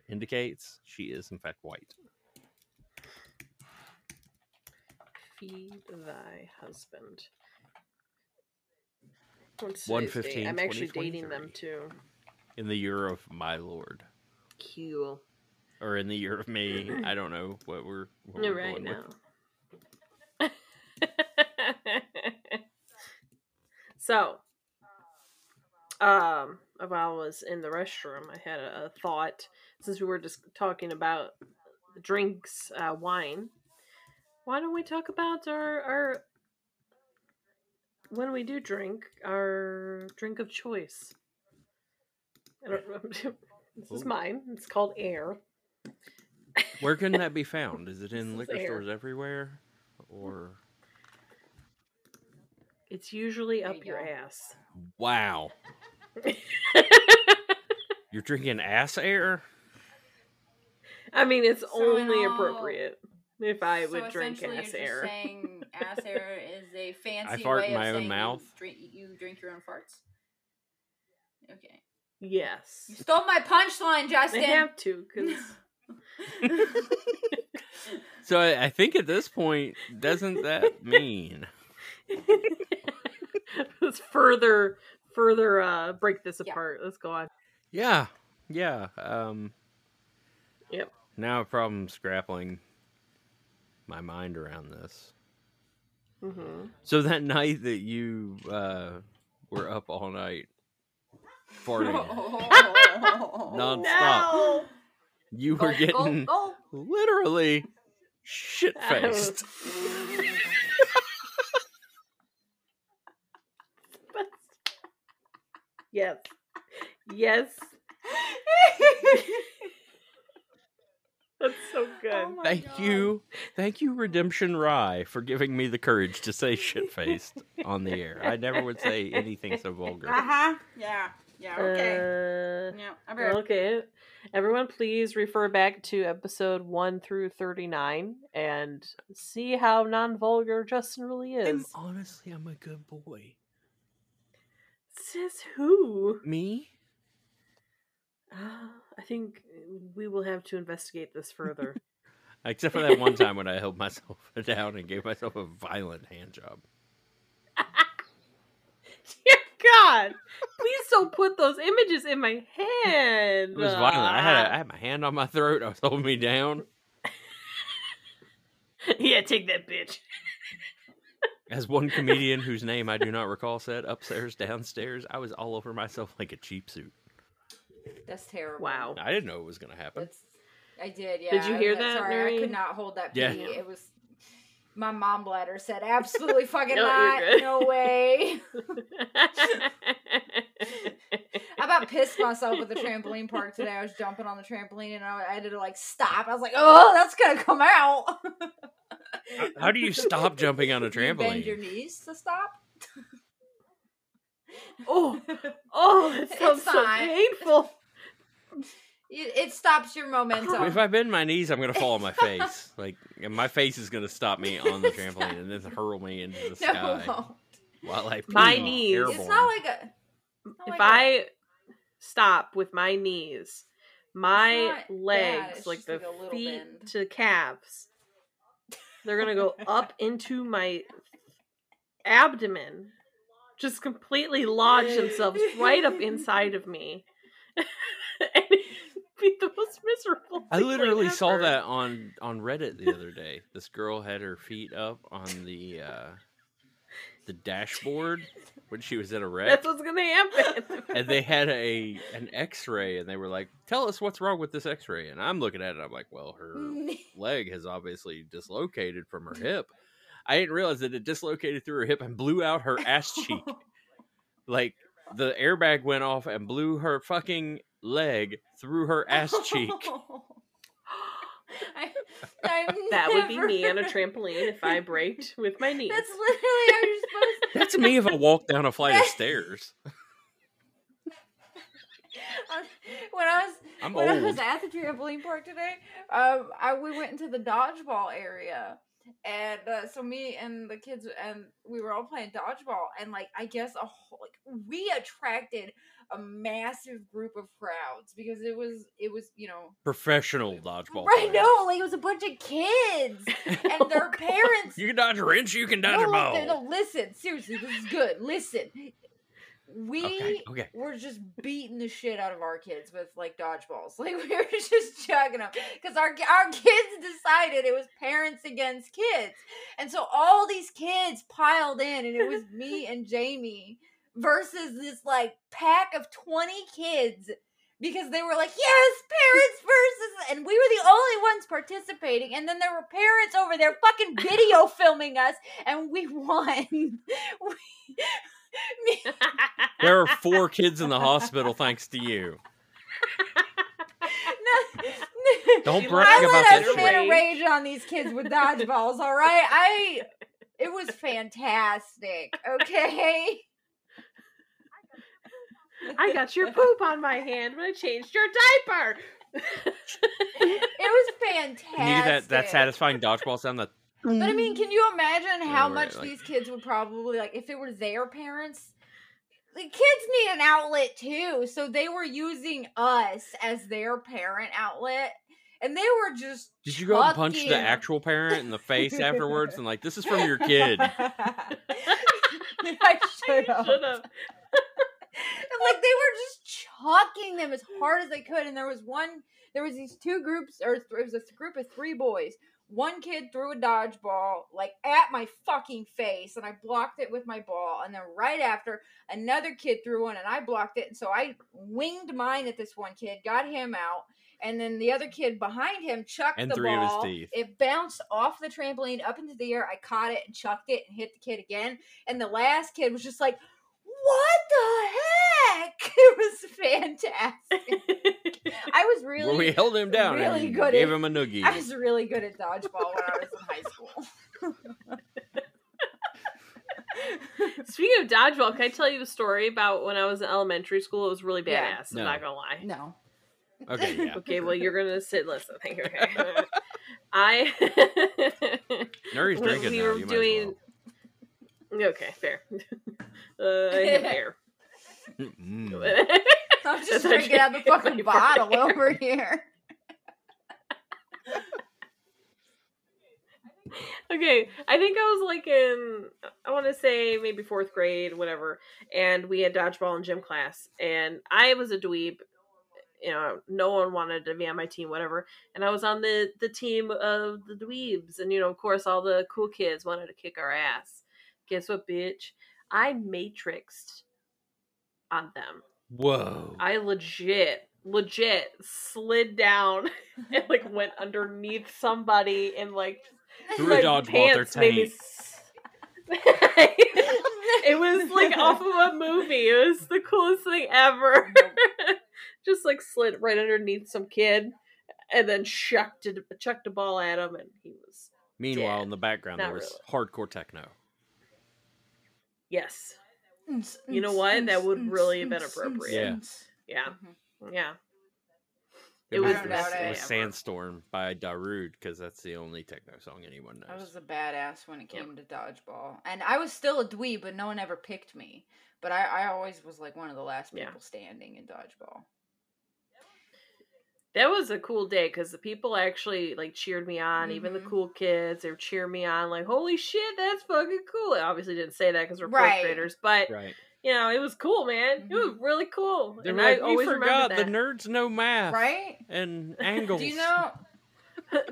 S5: indicates. She is, in fact, white.
S2: Feed thy husband. What's today's
S5: 1:15,
S2: date? I'm actually dating them
S5: 2023.
S2: too.
S5: In the year of my lord,
S2: Cool.
S5: or in the year of me. I don't know what we're, what
S2: No,
S5: we're
S2: right
S5: going with.
S2: now. so, um, while I was in the restroom, I had a, a thought since we were just talking about drinks, uh, wine. Why don't we talk about our our when we do drink our drink of choice? I don't, this is
S5: Ooh.
S2: mine. It's called air.
S5: Where can that be found? Is it in
S2: This is
S5: liquor
S2: air.
S5: stores everywhere? Or.
S2: It's usually
S4: There
S2: up
S4: you
S2: your
S4: go.
S2: ass.
S5: Wow. You're drinking ass air?
S2: I mean, it's
S4: So in
S2: only
S4: all-
S2: appropriate if I
S4: So
S2: would drink
S4: essentially
S2: ass
S4: you're just
S2: air.
S4: Saying ass air is a fancy
S5: fart
S4: way
S5: in
S4: of
S5: my own
S4: saying you
S5: mouth.
S4: Drink, you drink your own farts. Okay. You
S2: yes,
S4: stole my punchline,
S2: I
S4: Justin.
S2: have to because
S5: So I, I think at this point, doesn't that mean.
S2: let's further further uh break this
S4: Yeah.
S2: apart. Let's go on.
S5: Yeah. Yeah. Um
S2: Yep.
S5: Now a problem grappling my mind around this.
S2: hmm
S5: So that night that you uh were up all night
S4: Oh,
S5: farting
S4: Nonstop.
S5: nonstop, you
S4: oh,
S5: were getting
S4: go.
S5: literally shit faced.
S2: yes, yes. That's so good.
S4: Oh my
S5: Thank
S4: God.
S5: you. Thank you, Redemption Rye, for giving me the courage to say shit faced on the air. I never would say anything so vulgar.
S4: Uh huh. Yeah. Yeah. Okay.
S2: Uh,
S4: yeah. I better.
S2: Okay. Everyone, please refer back to episode 1 through 39 and see how non vulgar Justin really
S5: I'm
S2: is.
S5: honestly I'm a good boy.
S2: Says who?
S5: Me?
S2: Uh, I think we will have to investigate this further.
S5: Except for that one time when I held myself down and gave myself a violent hand job.
S2: Dear God, please don't put those images in my hand.
S5: It was violent. I had I had my hand on my throat. I was holding me down.
S2: yeah, take that bitch.
S5: As one comedian whose name I do not recall said, upstairs, downstairs, I was all over myself like a cheap suit.
S4: That's terrible.
S2: Wow.
S5: I didn't know it was going to happen.
S4: That's. I did. Yeah.
S2: you hear
S4: I,
S2: that,
S4: Sorry, I
S2: Nuri?
S4: could not hold that pee.
S5: Yeah.
S4: It was. My mom bladder said, "Absolutely fucking
S2: No, you're
S4: not.
S2: good.
S4: No way." I about pissed myself at the trampoline park today. I was jumping on the trampoline and I, I had to like stop. I was like, "Oh, that's gonna come out."
S5: How- How do you stop jumping on a
S4: You
S5: trampoline?
S4: bend your knees to stop.
S2: oh, oh, that
S4: It's
S2: sounds so
S4: fine.
S2: painful.
S4: It, it stops your momentum.
S5: If I bend my knees, I'm gonna fall on my face. Like and my face is gonna stop me on the trampoline and then hurl me into the
S4: no, it
S5: sky
S4: won't.
S5: while I
S2: My
S5: pee
S2: knees. It's
S5: airborne.
S4: It's not like a. it's not
S2: if
S4: like a-
S2: I stop with my knees, my
S4: not bad,
S2: legs,
S4: it's
S2: like
S4: just
S2: the
S4: like a little
S2: feet
S4: bend.
S2: to calves, they're gonna go up into my abdomen, just completely lodge themselves right up inside of me, and it'd be the most miserable.
S5: I
S2: feeling
S5: literally saw
S2: ever.
S5: that on on Reddit the other day. This girl had her feet up on the uh the dashboard when she was in a wreck.
S2: That's what's gonna happen.
S5: and they had a an x-ray and they were like, "Tell us what's wrong with this x-ray." And I'm looking at it I'm like, "Well, her
S4: Mm.
S5: leg has obviously dislocated from her hip. I didn't realize that it dislocated through her hip and blew out her ass cheek. Like the airbag went off and blew her fucking leg through her ass cheek.
S4: I, I've
S2: That would be me on a
S4: never-
S2: trampoline if I braked with my knees.
S4: That's literally how you're supposed to.
S5: That's me if I walk down a flight of stairs.
S4: uh, When I was
S5: I'm
S4: when I was
S5: old.
S4: at the trampoline park today, um, I we went into the dodgeball area, and uh, so me and the kids and we were all playing dodgeball, and like I guess a whole, like we attracted a massive group of crowds because it was it was you know
S5: Professional dodgeball.
S4: right
S5: player.
S4: no like it was a bunch of kids and their parents.
S5: You can dodge a wrench, you can dodge
S4: no,
S5: a ball.
S4: no, listen seriously, this is good. Listen, we
S5: Okay, okay.
S4: we're just beating the shit out of our kids with like dodgeballs. Like we were just chugging them because our our kids decided it was parents against kids, and so all these kids piled in, and it was me and Jamie versus this like pack of twenty kids because they were like, yes, parents versus, and we were the only ones participating. And then there were parents over there fucking video filming us, and we won. we, me,
S5: There are four kids in the hospital thanks to you.
S4: no,
S5: Don't
S2: She
S5: brag
S4: I
S5: about
S4: let
S5: that
S4: us
S5: shit.
S4: man a rage on these kids with dodgeballs, all right? I it was fantastic, okay?
S2: I got your poop on my hand when I changed your diaper.
S4: It was fantastic.
S5: Can you do that, that satisfying dodgeball sound that
S4: But I mean, can you imagine how
S5: where,
S4: much
S5: like-
S4: these kids would probably like if it were their parents? The kids need an outlet too, so they were using us as their parent outlet, and they were just.
S5: Did you go out and punch the
S4: chucking-
S5: actual parent in the face afterwards and like this is from your kid?
S4: I should have.
S2: Shut up.
S4: And, like they were just chucking them as hard as they could and there was one there was these two groups or th- it was a group of three boys one kid threw a dodgeball like at my fucking face and i blocked it with my ball and then right after another kid threw one and i blocked it and so i winged mine at this one kid got him out and then the other kid behind him chucked
S5: And
S4: the
S5: three of his
S4: ball.
S5: teeth.
S4: It bounced off the trampoline up into the air. I caught it and chucked it and hit the kid again. And the last kid was just like, "What the heck?" It was fantastic. I was really
S5: where we held him down
S4: really
S5: and
S4: good
S5: gave
S4: at-
S5: him a noogie.
S4: I was really good at dodgeball when I was in high school.
S2: Speaking of dodgeball, can I tell you a story about when I was in elementary school? It was really badass.
S4: Yeah.
S2: I'm
S5: No.
S2: not gonna lie.
S4: no.
S5: Okay, yeah.
S2: Okay, well you're gonna sit listen. Thank you. Okay. I
S5: Nuri's
S2: When
S5: drinking
S2: we
S5: now.
S2: were
S5: you might as
S2: doing- okay, fair. Uh, I hit fair.
S5: well. Mm.
S2: I
S4: I'm just
S2: That's
S4: drinking out the
S2: actually
S4: fucking
S2: my favorite
S4: bottle over here.
S2: okay i think i was like in i want to say maybe fourth grade whatever and we had dodgeball in gym class and i was a dweeb you know no one wanted to be on my team whatever and i was on the the team of the dweebs and you know of course all the cool kids wanted to kick our ass guess what bitch i matrixed on them
S5: Whoa.
S2: I legit, legit slid down and like went underneath somebody and like
S5: Threw a
S2: like,
S5: dodgeball at their
S2: pants made me
S5: tank.
S2: s- it was like off of a movie. It was the coolest thing ever. Just like slid right underneath some kid and then chucked it, chucked a ball at him and he was
S5: Meanwhile,
S2: Yeah.
S5: in the background, there
S2: Not
S5: was hardcore techno.
S2: yes. You know what? That would really have been appropriate. Yeah.
S4: Mm-hmm.
S2: Yeah. It
S5: It was,
S4: was
S5: it
S4: the
S5: was,
S4: best day
S5: it was
S2: ever.
S5: Sandstorm by Darude because that's the only techno song anyone
S4: I
S5: knows.
S4: was a badass when it
S2: Yep.
S4: came to dodgeball, and I was still a dweeb, but no one ever picked me. But I, I always was like one of the last
S2: Yeah.
S4: people standing in dodgeball.
S2: That was a cool day because the people actually like cheered me on. Even the
S4: Mhm.
S2: cool kids, they were cheering me on. Like, holy shit, that's fucking cool. I obviously didn't say that because we're
S4: Right.
S2: fourth graders, but
S5: Right.
S2: you know, it was cool, man. It was really cool.
S5: They
S2: and
S5: were like,
S2: I
S5: we
S2: always
S5: forgot
S2: remember
S5: the
S2: that.
S5: nerds know math
S4: Right?
S5: and angles.
S4: Do you know?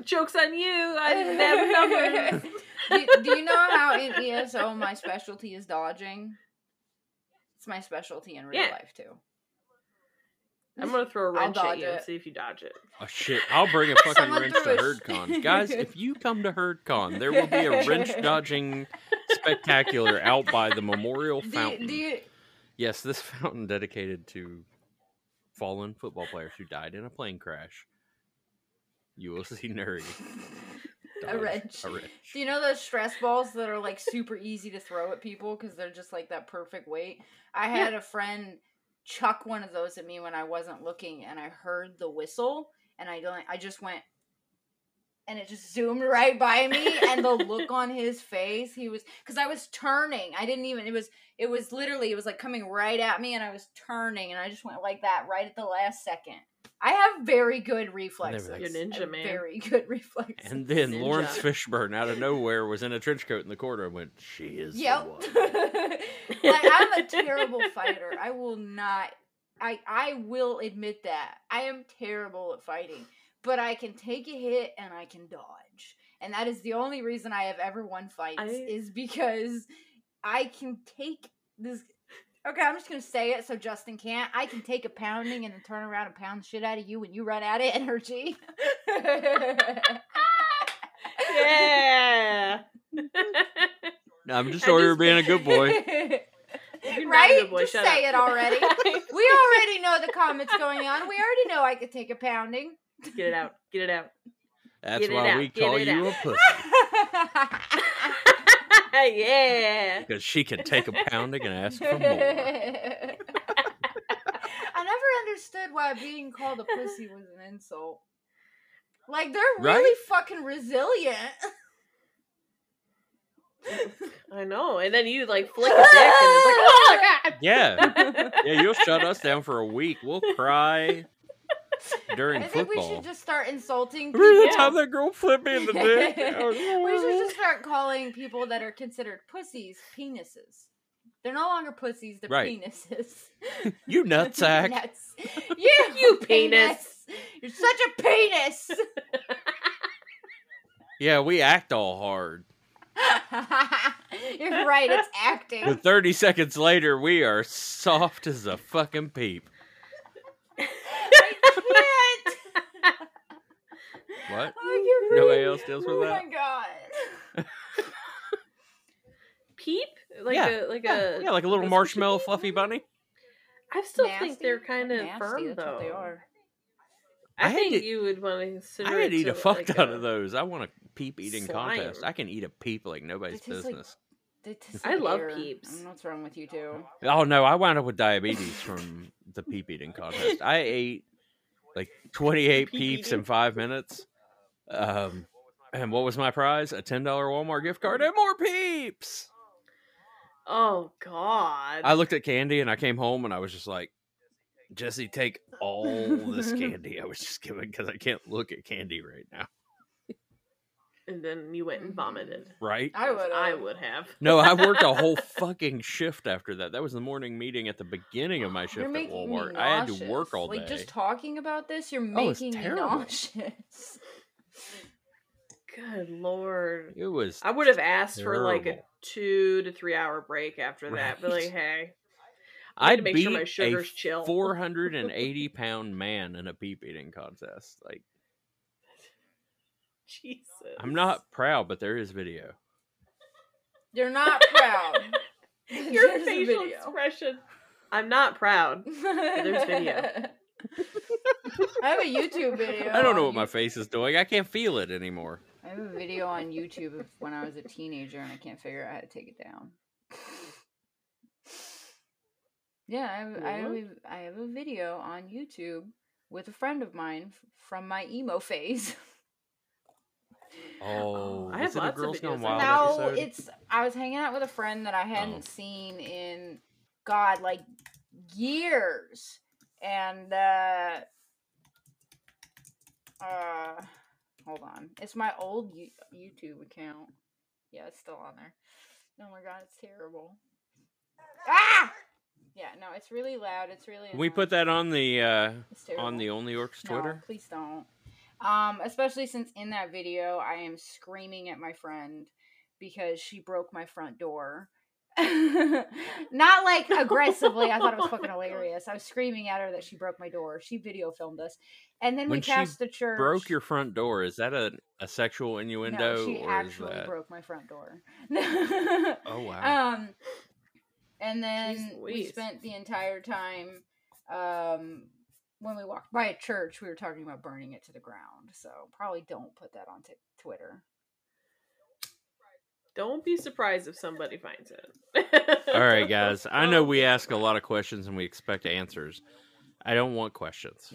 S2: Jokes on you. I didn't have numbers.
S4: do, do you know how in ESO my specialty is dodging? It's my specialty in real
S2: Yeah.
S4: life too.
S2: I'm gonna throw a
S4: I'll
S2: wrench at
S4: dodge
S2: you and
S4: it.
S2: see if you dodge it.
S5: Oh, shit. I'll bring a fucking
S4: Someone
S5: wrench
S4: threw
S5: to
S4: a-
S5: HerdCon. Guys, if you come to HerdCon, there will be a wrench dodging spectacular out by the memorial
S4: Do you,
S5: fountain.
S4: do you?
S5: Yes, this fountain dedicated to fallen football players who died in a plane crash. You will see Nuri.
S4: A
S5: dodge
S4: wrench.
S5: A wrench.
S4: Do you know those stress balls that are like super easy to throw at people because they're just like that perfect weight? I had a friend chuck one of those at me when I wasn't looking, and I heard the whistle, and I don't. I just went, and it just zoomed right by me, and the look on his face, he was because I was turning. I didn't even. It was. It was literally. It was like coming right at me, and I was turning, and I just went like that right at the last second. I have very good reflexes.
S5: like,
S2: You're ninja,
S4: I have
S2: man.
S4: Very good reflexes.
S5: And then
S2: Ninja.
S5: Lawrence Fishburne out of nowhere was in a trench coat in the corner and went, She is. the
S4: Yep.
S5: one."
S4: like I'm a terrible fighter. I will not. I I will admit that I am terrible at fighting, but I can take a hit and I can dodge, and that is the only reason I have ever won fights
S2: I-
S4: is because I can take this. Okay, I'm just gonna say it so Justin can't. I can take a pounding and then turn around and pound the shit out of you when you run out of energy.
S2: Yeah.
S5: No, I'm just
S2: I
S5: sorry you're
S2: just-
S5: being a good boy.
S2: You're not a
S4: right?
S2: good boy,
S4: Just
S2: shut
S4: say
S2: up.
S4: it already. we already know the comments going on. We already know I could take a pounding.
S2: Get it out. Get it out.
S5: That's
S2: it
S5: why
S2: out,
S5: we
S2: get
S5: call
S2: it
S5: you
S2: out.
S5: a pussy.
S2: yeah.
S5: Because she can take a pounding and ask for more.
S4: I never understood why being called a pussy was an insult. Like they're
S5: Right?
S4: really fucking resilient.
S2: I know. And then you like flick a dick and it's "Oh." like, oh my god.
S5: Yeah. Yeah, you'll shut us down for a week. We'll cry during
S4: I think we
S5: football.
S4: should just start insulting people.
S5: Remember the time that girl flipped me in the Oh, dick? I was-
S4: we should just start calling people that are considered pussies penises. They're no longer pussies, they're
S5: Right.
S4: penises.
S5: You nutsack.
S4: Nuts. You,
S2: You penis.
S4: You're such a penis.
S5: Yeah, we act all hard.
S4: You're right, it's acting.
S5: But 30 seconds later, we are soft as a fucking peep.
S4: I can't.
S5: What?
S4: Oh, you're
S5: Nobody
S4: really-
S5: else deals with
S4: Oh
S5: that?
S4: my god.
S2: Peep? Like
S5: Yeah.
S2: a like a
S5: Yeah, like a little
S2: biscuit
S5: marshmallow
S2: peep?
S5: fluffy bunny.
S2: I still
S4: Nasty?
S2: think they're kind of
S4: Nasty,
S2: firm
S4: that's
S2: though.
S4: what they are.
S5: I
S2: I,
S5: had
S2: think
S5: to-
S2: you would want to consider.
S5: I
S2: it
S5: could eat
S2: to,
S5: a fuck
S2: like,
S5: ton
S2: a-
S5: of those. I want a peep eating contest.
S2: slime.
S5: I can eat a peep like nobody's
S4: It tastes like-
S5: business.
S4: They taste
S2: I
S4: like
S2: love
S4: air. I
S2: Peeps.
S4: don't know what's wrong with you two.
S5: Oh no, I wound up with diabetes from the peep eating contest. I ate like 28
S2: Peep
S5: peeps
S2: eating?
S5: in five minutes. Um, and what was my prize? A ten dollar Walmart gift card and more peeps.
S2: Oh God!
S5: I looked at candy and I came home and I was just like, Jesse, take all this candy I was just given because I can't look at candy right now.
S2: and then you went and
S4: Mm-hmm.
S2: vomited.
S5: Right?
S6: I would.
S2: I would have.
S5: No, I worked a whole fucking shift after that. That was the morning meeting at the beginning of my shift
S4: You're
S5: at
S4: making me
S5: Walmart. I had to
S4: nauseous.
S5: work all day.
S4: Like just talking about this, you're
S5: Oh, it's
S4: making me
S5: terrible.
S4: nauseous.
S2: Good lord!
S5: it was
S2: I would have asked for like a
S5: Terrible.
S2: two to three hour break after that. But like,
S5: Right.
S2: hey, I
S5: I
S2: had
S5: beat
S2: to make sure my
S5: a
S2: sugar's chill.
S5: 480 pound man in a peep eating contest. Like
S2: Jesus,
S5: I'm not proud, but there is video.
S6: You're not proud.
S2: Your
S4: There's a
S2: facial
S4: video.
S2: expression. I'm not proud. there's video.
S4: I have a YouTube video.
S5: I don't know what
S4: on
S5: my
S4: YouTube.
S5: face is doing. I can't feel it anymore.
S4: I have a video on YouTube of when I was a teenager and I can't figure out how to take it down. Yeah, I have, I have,
S2: What?
S4: a, I have a video on YouTube with a friend of mine f- from my emo phase.
S5: Oh,
S2: I have
S5: is it a
S2: lots of
S5: Girls Gone
S2: videos
S5: Wild
S2: like
S4: now
S5: episode? Oh.
S4: it's I was hanging out with a friend that I hadn't seen in God like years, and uh, uh, hold on, it's my old Yo- YouTube account. Yeah, it's still on there. Oh my God, it's terrible. Ah, yeah, no, it's really loud. It's really.
S5: Can we
S4: annoying.
S5: put that on the uh,
S4: It's terrible.
S5: on the Only Orcs
S4: No,
S5: Twitter?
S4: please don't. Um, especially since in that video I am screaming at my friend because she broke my front door. Not like aggressively. I thought
S5: Oh
S4: it was fucking hilarious. I was screaming at her that she broke my door. She video filmed us, and then
S5: When
S4: we
S5: she
S4: passed the church.
S5: Broke your front door. Is that a, a sexual innuendo
S4: No, she
S5: or is
S4: actually
S5: that?
S4: broke my front door.
S5: Oh wow.
S4: um and then we
S2: Louise.
S4: spent the entire time um when we walked by a church we were talking about burning it to the ground so probably don't put that on t- twitter
S2: Don't be surprised if somebody finds it.
S5: All right, guys. I know we ask a lot of questions and we expect answers. I don't want questions.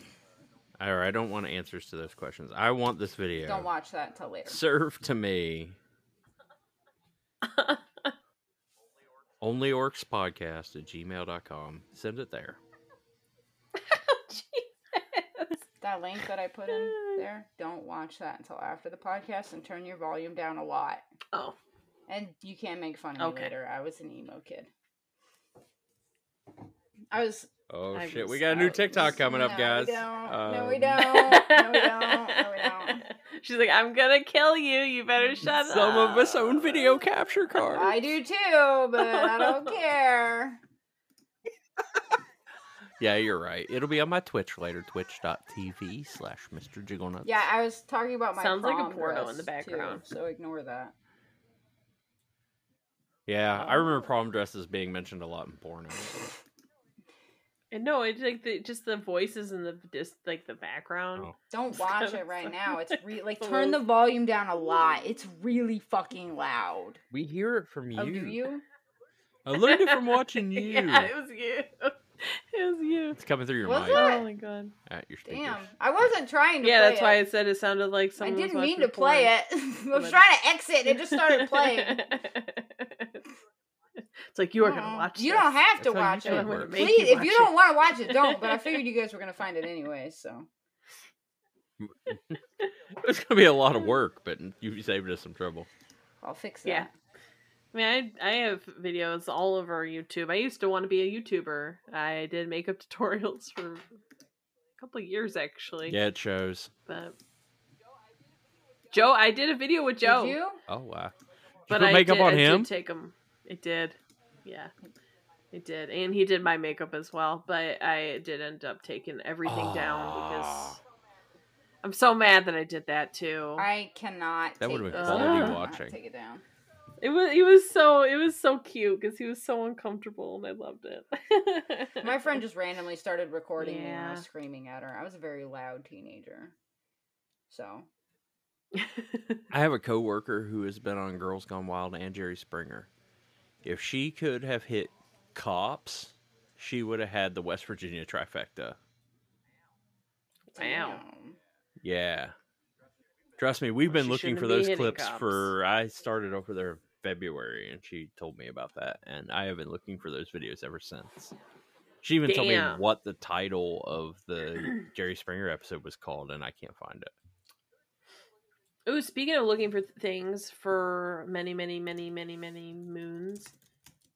S5: Or I don't want answers to those questions. I want this video
S4: don't watch that until later
S5: served to me. Only Orcs Podcast at gmail.com. Send it there.
S4: that link that i put in there don't watch that until after the podcast and turn your volume down a lot
S2: Oh,
S4: and you can't make fun of me
S2: Okay.
S4: later i was an emo kid i was
S5: Oh
S4: I
S5: shit, we
S4: was-
S5: got a
S4: I
S5: new
S4: was-
S5: TikTok coming up,
S4: No, we
S5: guys.
S4: don't. No, we
S5: Um,
S4: don't. Oh, No, we don't. No, we don't.
S2: She's like, I'm gonna kill you. You better shut up.
S5: Some of us own video capture cards.
S4: I do too, but I don't care.
S5: Yeah, you're right. It'll be on my Twitch later, twitch.tv slash Mr. Jigglenuts.
S4: Yeah, I was talking about my
S2: Sounds like a
S4: prom
S2: porno in the
S4: dress, too,
S2: background.
S4: so ignore that.
S5: Yeah,
S2: Oh.
S5: I remember prom dresses being mentioned a lot in porno.
S2: And no, it's like the just the voices in the just like the background.
S5: Oh.
S4: Don't
S2: It's
S4: watch
S2: kinda
S4: it right
S2: funny.
S4: now. It's re- like
S2: It's a
S4: turn the
S2: little-
S4: volume down a lot. It's really fucking loud.
S5: We hear it from you.
S4: Oh, do you?
S5: I learned it from watching you.
S2: yeah, it was you. It was you.
S5: It's coming through your
S4: Was
S5: mic
S4: it?
S2: Oh my god.
S5: at your speakers.
S4: Damn, I wasn't trying to.
S2: Yeah,
S4: play
S2: that's why I
S4: it.
S2: said it sounded like
S4: I
S2: someone. was
S4: didn't mean
S2: watching
S4: to play
S2: porn.
S4: it. I was
S2: But-
S4: trying to exit. It just started playing.
S2: it's like you are gonna
S4: Oh,
S2: watch.
S4: You don't
S2: this.
S4: have to
S5: That's how
S4: watch
S5: YouTube
S4: it.
S2: I'm gonna
S5: works.
S2: make
S4: Please,
S2: you
S4: if you
S2: watch
S4: don't
S2: it.
S4: want to watch it, don't. But I figured you guys were gonna find it anyway, so.
S5: It was gonna be a
S2: Mm.
S5: lot of work, but you saved us some trouble.
S4: I'll fix that.
S2: Yeah. I mean, I, I have videos all over YouTube. I used to want to be a YouTuber. I did makeup tutorials for a couple of years, actually.
S5: Yeah, it shows.
S2: But Joe, I did a video with Joe.
S4: Did you?
S5: Oh wow. Did
S2: But
S5: you put
S2: I
S5: makeup
S2: did,
S5: on
S2: I did
S5: him?
S2: take him. It did. Yeah, it did, and he did my makeup as well. But I did end up taking everything down because
S5: Aw.
S2: I'm so mad that I did that too.
S4: I cannot.
S5: That
S4: take
S5: would've been
S4: this
S2: quality
S4: down. I cannot
S5: watching.
S4: Take it down.
S2: It was he was so it was so cute because he was so uncomfortable and I loved it.
S4: My friend just randomly started recording me when I
S2: Yeah.
S4: was screaming at her. I was a very loud teenager. So
S5: I have a coworker who has been on Girls Gone Wild and Jerry Springer. If she could have hit cops, she would have had the West Virginia trifecta.
S2: Wow.
S4: damn.
S5: Yeah. Trust me, we've been
S2: She
S5: looking
S2: shouldn't
S5: for
S2: be
S5: those
S2: hitting
S5: clips
S2: cops.
S5: for I started over there in February and she told me about that and I have been looking for those videos ever since. She even told me
S2: Damn.
S5: what the title of the Jerry Springer episode was called and I can't find it.
S2: Ooh, speaking of looking for th- things for many, many, many, many, many moons,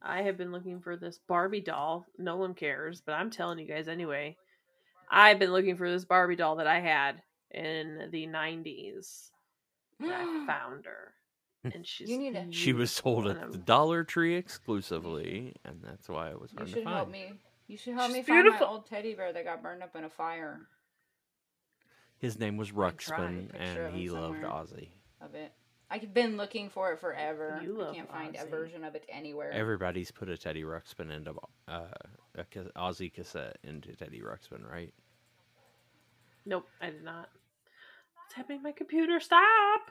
S2: I have been looking for this Barbie doll. No one cares, but I'm telling you guys anyway. I've been looking for this Barbie doll that I had in the 90s. And I found her. And she's
S4: You need it.
S5: She was sold
S2: beautiful,
S5: at
S2: and
S5: the
S2: I'm-
S5: Dollar Tree exclusively and that's why it was
S4: You
S5: hard to
S4: should help
S5: find.
S4: me. You should help
S2: She's
S4: me find
S2: beautiful.
S4: my old teddy bear that got burned up in a fire
S5: His name was
S2: tried
S5: Ruxpin
S4: picture
S5: and
S4: of him
S5: he loved
S4: somewhere.
S5: Ozzy.
S4: of it. I've been looking for it forever.
S2: You
S4: I
S2: love
S4: can't find a
S2: Ozzy.
S4: version of it anywhere.
S5: Everybody's put a Teddy Ruxpin into uh, a ca- Ozzy cassette into Teddy Ruxpin, right?
S2: Nope, I did not. What's happening to my computer? Stop!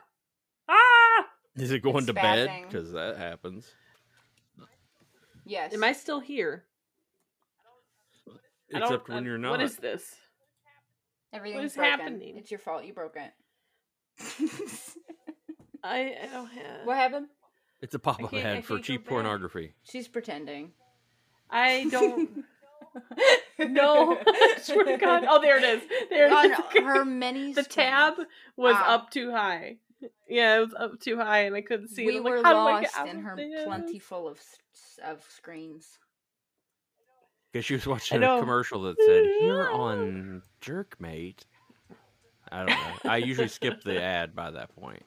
S2: Ah!
S5: Is it going
S4: It's
S5: to bed?
S4: spazzing.
S5: Because that happens.
S4: yes.
S2: Am I still here? I don't-
S5: Except when
S2: uh,
S5: you're not.
S2: What is this?
S4: Everything's
S2: is
S4: broken.
S2: happening?
S4: It's your fault. You broke it.
S2: I, I don't have.
S4: what happened?
S5: It's a pop up
S2: can't- I
S5: ad for
S2: can't go
S5: cheap
S2: back.
S5: pornography.
S4: She's pretending.
S2: I don't. No, I swear to God. Oh, there it is. There it is.
S4: On her many.
S2: the
S4: screens.
S2: tab was
S4: Ah.
S2: up too high. Yeah, it was up too high, and I couldn't see. it.
S4: We
S2: I'm
S4: were
S2: like, how do I
S4: lost
S2: get out
S4: in
S2: of
S4: her
S2: this?
S4: plentiful of s- of screens.
S5: Because she was watching a
S2: know.
S5: commercial that said, "Here on Jerkmate." I don't know. I usually skip the ad by that point.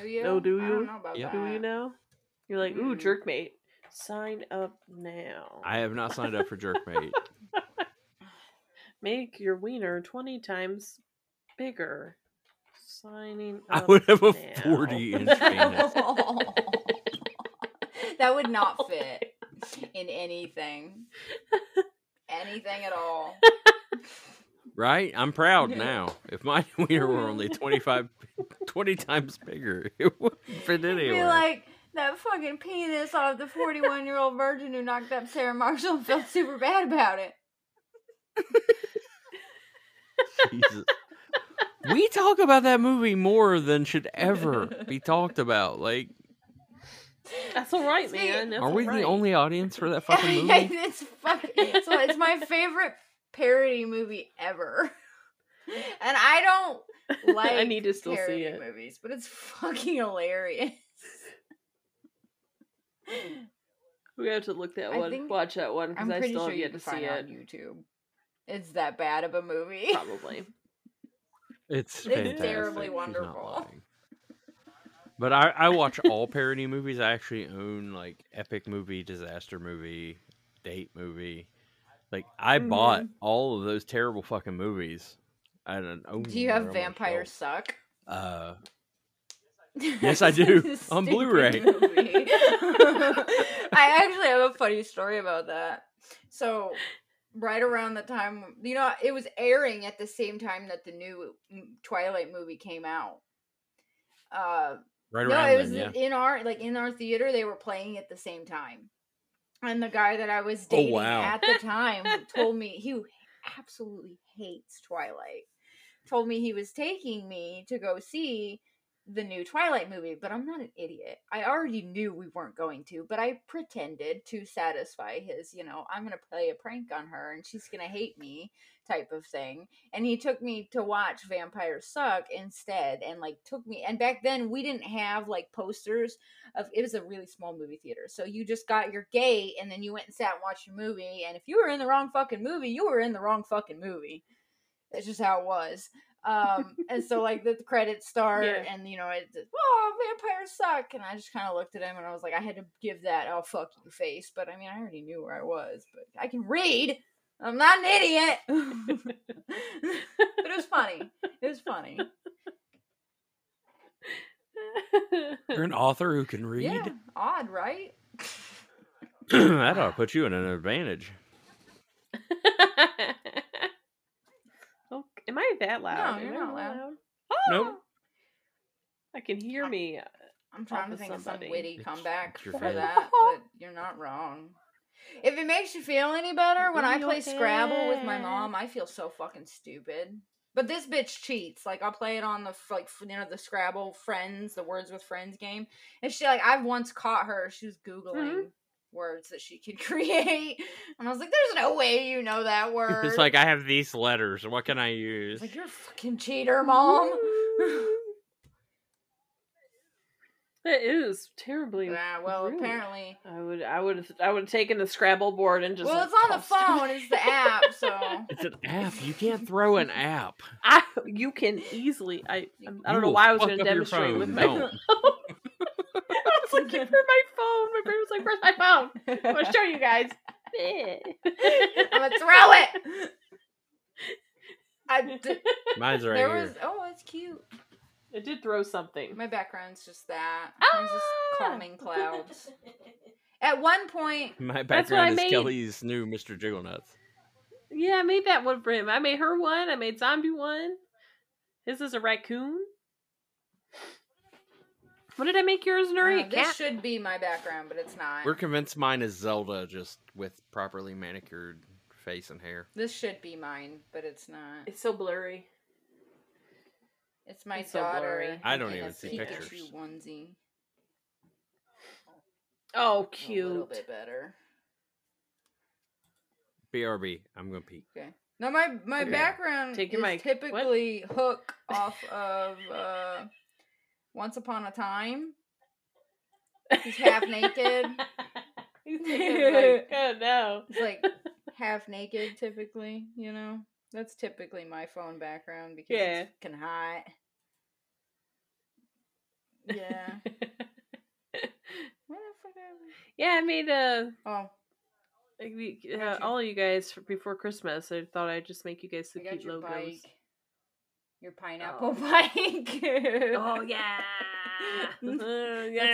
S4: Do you?
S2: No, do
S4: I
S2: you?
S4: don't know about
S5: Yep.
S2: Do you
S4: that.
S2: know? You're like, ooh,
S4: Mm.
S2: jerkmate. Sign up now.
S5: I have not signed up for Jerkmate.
S2: Oh, Make your wiener twenty times bigger. Signing.
S5: I
S2: up
S5: would have a
S2: now.
S5: 40 inch penis.
S4: that would not fit in anything. Anything at all.
S5: Right? I'm proud now. If my wiener were only 25, 20 times bigger, it wouldn't fit
S4: Be
S5: anywhere.
S4: like that fucking penis of the 41 year old virgin who knocked up Sarah Marshall and felt super bad about it.
S5: Jesus. we talk about that movie more than should ever be talked about. Like,
S2: That's all right,
S4: See,
S2: man. That's
S5: are we
S2: all right.
S5: the only audience for that fucking movie?
S4: it's fucking. It's, one- it's my favorite parody movie ever, and I don't like.
S2: I need to still see
S4: parody
S2: it.
S4: movies, but it's fucking hilarious.
S2: We have to look that
S4: I
S2: one,
S4: think-
S2: watch that one because
S4: I'm
S2: I
S4: pretty
S2: still
S4: sure
S2: have
S4: you
S2: yet
S4: can
S2: to
S4: find
S2: see
S4: it on
S2: it.
S4: YouTube. It's that bad of a movie.
S2: Probably.
S5: It's
S4: It's
S5: fantastic.
S4: terribly
S5: She's not
S4: wonderful.
S5: lying. But I, I watch all parody movies. I actually own like epic movie, disaster movie, date movie. Like I bought all of those terrible fucking movies. I don't know.
S4: Mm-hmm. Do you have Vampire Suck?
S5: Uh, Yes, I do.
S4: It's a
S5: On
S4: stupid
S5: Blu-ray.
S4: movie. I actually have a funny story about that. So, right around the time, you know, it was airing at the same time that the new Twilight movie came out. Uh,
S5: right
S4: no,
S5: around
S4: it
S5: then,
S4: was
S5: yeah.
S4: in our like in our theater. They were playing at the same time, and the guy that I was dating
S5: Oh, wow.
S4: at the time told me he absolutely hates Twilight. Told me he was taking me to go see the new Twilight movie, but I'm not an idiot. I already knew we weren't going to, but I pretended to satisfy his, you know, I'm going to play a prank on her and she's going to hate me type of thing. And he took me to watch Vampires Suck instead and like took me and back then we didn't have like posters of it was a really small movie theater. So you just got your gate and then you went and sat and watched your movie and if you were in the wrong fucking movie, you were in the wrong fucking movie. That's just how it was. Um and so like the credits start
S2: Yeah.
S4: and you know it's oh vampires suck and I just kind of looked at him and I was like I had to give that oh fuck you face but I mean I already knew where I was but I can read I'm not an idiot. but it was funny. It was funny.
S5: You're an author who can read.
S4: Yeah, odd, right?
S5: that ought to put you in an advantage.
S2: oh, am I that loud?
S4: No,
S2: Am
S4: you're
S2: I
S4: not loud.
S2: Oh,
S5: Nope.
S2: I can hear
S4: I-
S2: me.
S4: I'm trying
S2: Off
S4: to
S2: of
S4: think of
S2: somebody.
S4: some witty
S5: It's-
S4: comeback
S5: it's your
S4: for
S5: favorite.
S4: that, but you're not wrong. If it makes you feel any better, when I
S2: Your
S4: play Scrabble with my
S2: head.
S4: mom, I feel so fucking stupid. But this bitch cheats. Like I'll play it on the f- like f- you know the Scrabble Friends, the Words with Friends game, and she like I've once caught her. She was googling
S2: Mm-hmm.
S4: words that she could create, and I was like, "There's no way you know that word."
S5: It's like I have these letters. What can I
S4: It's
S5: use?
S4: like you're a fucking cheater, mom.
S2: That is terribly.
S4: yeah, well,
S2: rude.
S4: apparently.
S2: I would, I would, I would have taken the Scrabble board and just.
S4: Well,
S2: like,
S4: it's on the
S2: tossed it.
S4: phone. It's the app, so.
S5: It's an app. You can't throw an app.
S2: I, you can easily. I, I'm- I
S5: You
S2: don't know
S5: will
S2: why I was
S5: fuck
S2: going to
S5: up your
S2: demonstrate with
S5: phone.
S2: my.
S5: Don't.
S2: I was looking for my phone. My brain was like, "Where's my phone? I'm gonna show you guys."
S4: I'm gonna throw it. I d-
S5: Mine's right
S4: there
S5: here.
S4: was oh, it's cute.
S2: It did throw something.
S4: My background's just that. Mine's just
S2: Ah!
S4: calming clouds. At one point,
S5: My
S2: That's what I
S5: background is
S2: made.
S5: Kelly's new Mr. Jigglenuts.
S2: Yeah, I made that one for him. I made her one. I made zombie one. His is a raccoon. What did I make yours,
S4: uh,
S2: Nuri? A
S4: this
S2: cat.
S4: should be my background, but it's not.
S5: We're convinced mine is Zelda, just with properly manicured face and hair.
S4: This should be mine, but it's not.
S2: It's so blurry.
S4: It's my
S2: It's so
S4: daughter.
S2: blurry.
S5: I don't
S4: in
S5: even
S4: a
S5: see
S4: Pikachu
S5: pictures.
S4: Onesie.
S2: Oh,
S4: A little
S2: cute.
S4: bit better.
S5: BRB. I'm gonna pee.
S4: No, my my
S2: Okay.
S4: background
S2: Take your
S4: is
S2: mic. What?
S4: typically hook off of uh, Once Upon a Time. He's half naked.
S2: He's like, oh no.
S4: He's like half naked, typically. You know, that's typically my phone background because
S2: Yeah.
S4: it's fucking hot. Yeah. Where the fuck are
S2: yeah, I made a.
S4: we? Oh,
S2: Like we, uh,
S4: Got you.
S2: all of you guys for, before Christmas, I thought I'd just make you guys the
S4: I got
S2: cute
S4: your
S2: logos.
S4: bike. Your pineapple bike.
S2: Oh yeah,
S4: That's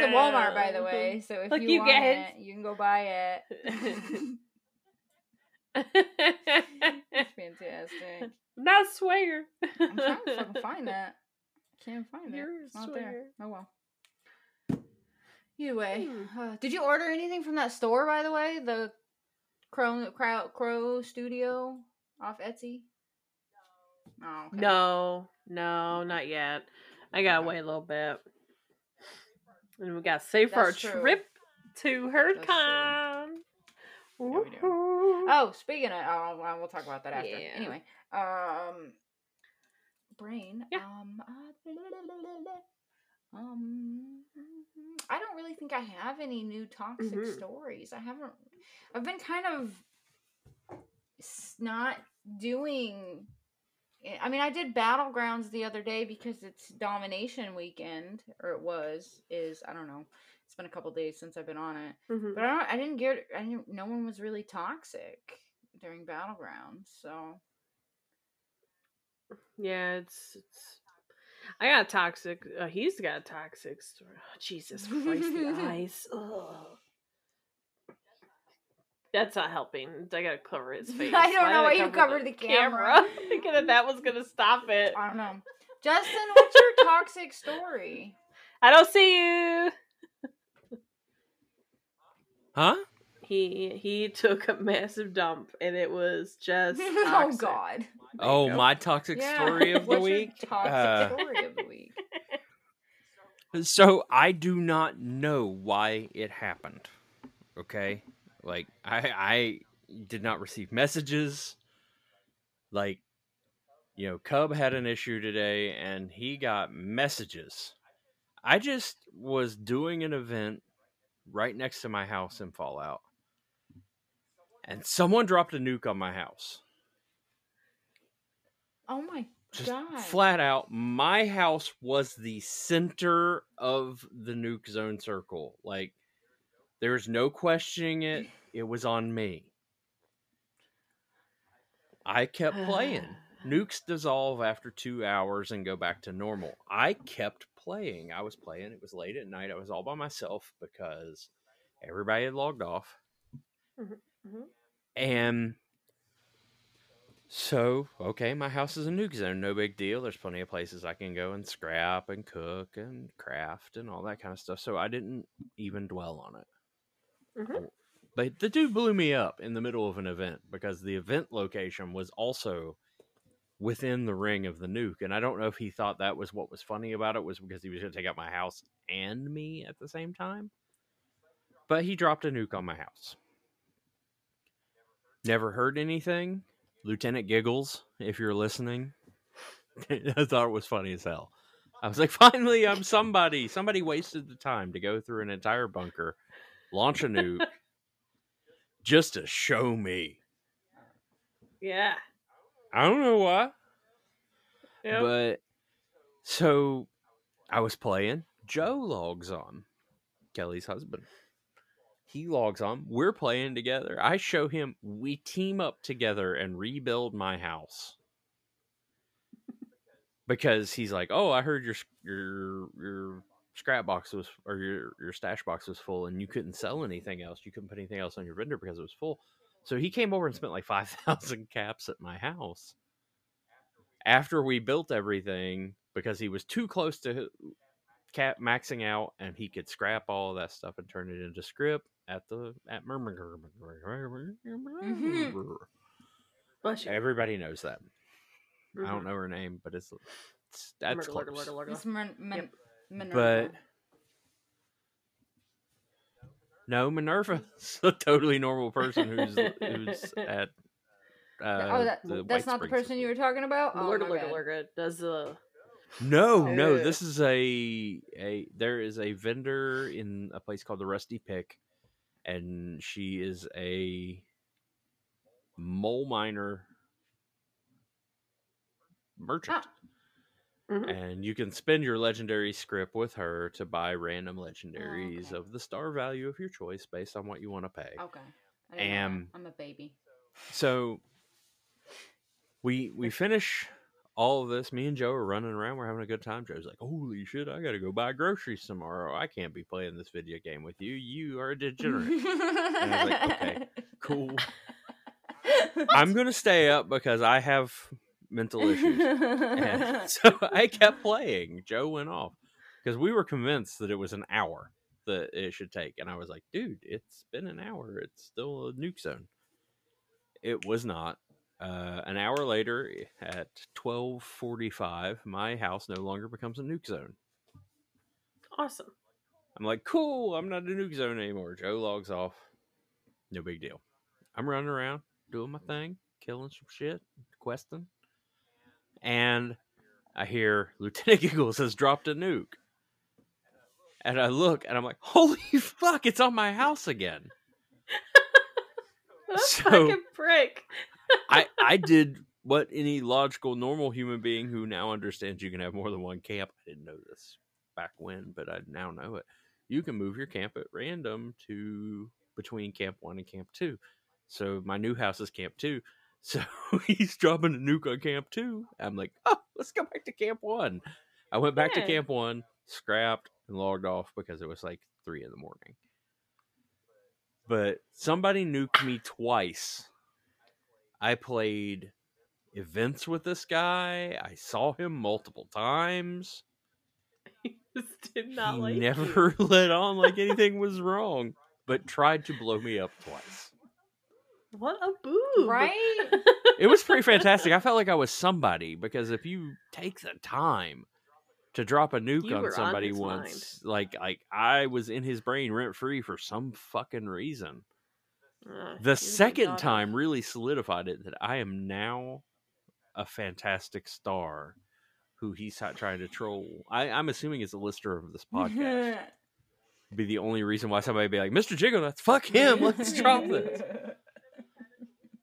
S4: at Walmart, by the way. So if
S2: Fuck
S4: you,
S2: you
S4: want
S2: guys.
S4: it, you can go buy it. Fantastic.
S2: Not swear.
S4: I'm trying to fucking find that. Can't find it.
S2: You're
S4: It's not there.
S2: swear.
S4: Oh well. Either way,
S2: Hmm.
S4: uh, did you order anything from that store? By the way, the Crow Crow, Crow Studio off Etsy. Oh, okay.
S2: No, no, not yet. I gotta wait a little bit, and we gotta save for our
S4: That's true.
S2: trip to HerdCon.
S4: That's we do.
S2: Woohoo.
S4: Oh, speaking of, oh, well, we'll talk about that after.
S2: Mm-hmm. Yeah.
S4: Anyway, um, brain.
S2: Yeah.
S4: Um, uh, blah, blah, blah, blah, blah. um, I don't really think I have any new toxic
S2: Mhm.
S4: stories. I haven't. I've been kind of s- not doing. eh, I mean, I did battlegrounds the other day because it's domination weekend, or it was. Is I don't know. It's been a couple days since I've been on it.
S2: Mhm.
S4: But I, don't, I didn't get. I didn't. No one was really toxic during battlegrounds. So
S2: Yeah, it's it's. I got a toxic. Uh, he's got a toxic. story. Oh, Jesus Christ, the eyes. Ugh. That's not helping. I gotta cover his face.
S4: I don't
S2: Why
S4: know why
S2: did I
S4: you covered the camera.
S2: Thinking that that was gonna stop it.
S4: I don't know. Justin, what's your toxic story?
S2: I don't see you.
S5: Huh?
S2: He he took a massive dump, and it was just.
S4: oh
S2: toxic.
S4: God.
S5: Oh,
S2: go.
S5: my toxic
S4: Yeah.
S5: story of the
S4: What's your
S5: week.
S4: toxic
S5: Uh,
S4: story of the week.
S5: So I do not know why it happened. Okay? Like I I did not receive messages. Like you know, Cub had an issue today and he got messages. I just was doing an event right next to my house in Fallout. And someone dropped a nuke on my house.
S4: Oh my
S5: just
S4: God.
S5: flat out my house was the center of the nuke zone circle like there's no questioning it it was on me i kept playing Nukes dissolve after two hours and go back to normal. I kept playing. I was playing. It was late at night. I was all by myself because everybody had logged off.
S2: Mhm, mhm.
S5: And so, okay, my house is a nuke zone. No big deal. There's plenty of places I can go and scrap and cook and craft and all that kind of stuff. So I didn't even dwell on it.
S2: Mhm.
S5: But the dude blew me up in the middle of an event because the event location was also within the ring of the nuke. And I don't know if he thought that was what was funny about it was because he was going to take out my house and me at the same time. But he dropped a nuke on my house. Never heard anything. Lieutenant Giggles, if you're listening, I thought it was funny as hell. I was like, finally, I'm somebody. Somebody wasted the time to go through an entire bunker, launch a nuke, just to show me.
S2: Yeah.
S5: I don't know why.
S2: Yep.
S5: But so I was playing. Joe logs on, Kelly's husband. He logs on. We're playing together. I show him. We team up together and rebuild my house. Because he's like, "Oh, I heard your s- your your scrap box was or your your stash box was full, and you couldn't sell anything else. You couldn't put anything else on your vendor because it was full." So he came over and spent like five thousand caps at my house after we built everything because he was too close to cap maxing out and he could scrap all that stuff and turn it into script at the at murmur
S1: Mm-hmm.
S4: Mhm.
S2: Bless you.
S5: everybody knows that i
S2: Mhm.
S5: don't know her name but it's, it's that's
S2: Lurga, lurga,
S5: close.
S2: lurga, lurga.
S4: Miss Min- Min-
S2: Yep.
S4: Minerva.
S5: but no minerva's a totally normal person who's who's at uh,
S4: oh, that,
S5: the White
S4: that's not the
S5: Springs
S4: person
S5: facility.
S4: you were talking about. Oh,
S2: Lurga,
S4: my
S2: lurga,
S4: bad.
S2: lurga does the
S5: No, no,
S2: Uh.
S5: this is a a there is a vendor in a place called the Rusty Pick, and she is a mole miner merchant.
S2: Mhm.
S5: And you can spend your legendary script with her to buy random legendaries
S4: okay.
S5: of the star value of your choice based on what you want to pay.
S4: Okay. I didn't know that.
S5: Am-
S4: I'm a baby.
S5: So we we finish all of this. Me and Joe are running around. We're having a good time. Joe's like, "Holy shit! I gotta go buy groceries tomorrow. I can't be playing this video game with you. You are a degenerate." I was like, okay, cool. I'm gonna stay up because I have mental issues. And so I kept playing. Joe went off because we were convinced that it was an hour that it should take, and I was like, "Dude, it's been an hour. It's still a nuke zone." It was not. Uh, an hour later, at twelve forty-five, my house no longer becomes a nuke zone.
S2: awesome.
S5: I'm like, "Cool, I'm not a nuke zone anymore." Joe logs off. No big deal. I'm running around doing my thing, killing some shit, questing, and I hear Lieutenant Giggles has dropped a nuke. And I look and I'm like, holy fuck, it's on my house again.
S2: A
S5: So-
S2: fucking prick.
S5: I, I did what any logical, normal human being who now understands you can have more than one camp. I didn't know this back when, but I now know it. You can move your camp at random to between camp one and camp two. So my new house is camp two. So he's dropping a nuke on camp two. I'm like, oh, let's go back to camp one. I went back
S2: Yeah.
S5: to camp one, scrapped, and logged off because it was like three in the morning. But somebody nuked me twice. I played events with this guy. I saw him multiple times.
S2: He just did not
S5: he
S2: like you.
S5: never let on like anything was wrong, but tried to blow me up twice.
S2: What a boob.
S4: right?
S5: It was pretty fantastic. I felt like I was somebody because if you take the time to drop a nuke
S2: You were
S5: on
S2: on
S5: somebody
S2: his mind.
S5: once, like like I was in his brain rent free for some fucking reason.
S2: Ah,
S5: The
S2: you're
S5: second
S2: daughter.
S5: time really solidified it that I am now a fantastic star who he's t- trying to troll. I, I'm assuming it's a listener of this podcast. be the only reason why somebody would be like, Mr. Jiggle, that's fuck him. Let's drop this.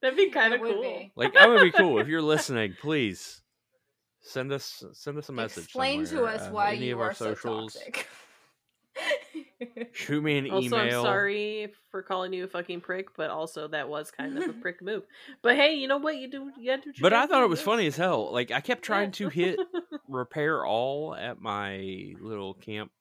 S2: That'd be kind
S4: It
S2: of
S4: would
S2: cool.
S4: be.
S5: Like that would be cool. If you're listening, please send us send us a message.
S4: Explain to
S5: somewhere,
S4: us
S5: uh,
S4: why
S5: any
S4: you
S5: of
S4: are
S5: our socials.
S4: so toxic.
S5: Shoot me an
S2: Also,
S5: email.
S2: I'm sorry for calling you a fucking prick, but also that was kind of a prick move. But hey, you know what? You do. You gotta do what you
S5: But
S2: gotta
S5: I thought
S2: do,
S5: it was
S2: yeah.
S5: funny as hell. Like I kept trying to hit
S2: Yeah.
S5: repair all at my little camp,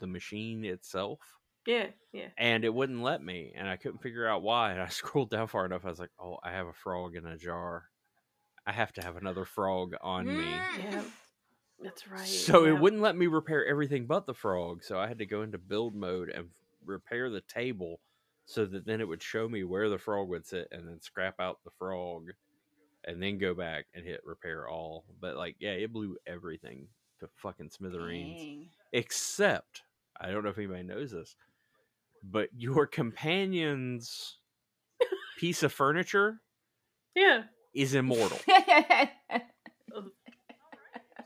S5: the machine itself,
S2: yeah, yeah.
S5: and it wouldn't let me, and I couldn't figure out why. And I scrolled down far enough. I was like, "Oh, I have a frog in a jar. I have to have another frog on me."
S4: Mm.
S2: Yeah. That's right.
S5: So
S2: yeah.
S5: it wouldn't let me repair everything but the frog. So I had to go into build mode and repair the table so that then it would show me where the frog would sit and then scrap out the frog and then go back and hit repair all. But like, yeah, it blew everything to fucking smithereens.
S4: Dang.
S5: Except, I don't know if anybody knows this, but your companion's piece of furniture
S2: Yeah.
S5: is immortal.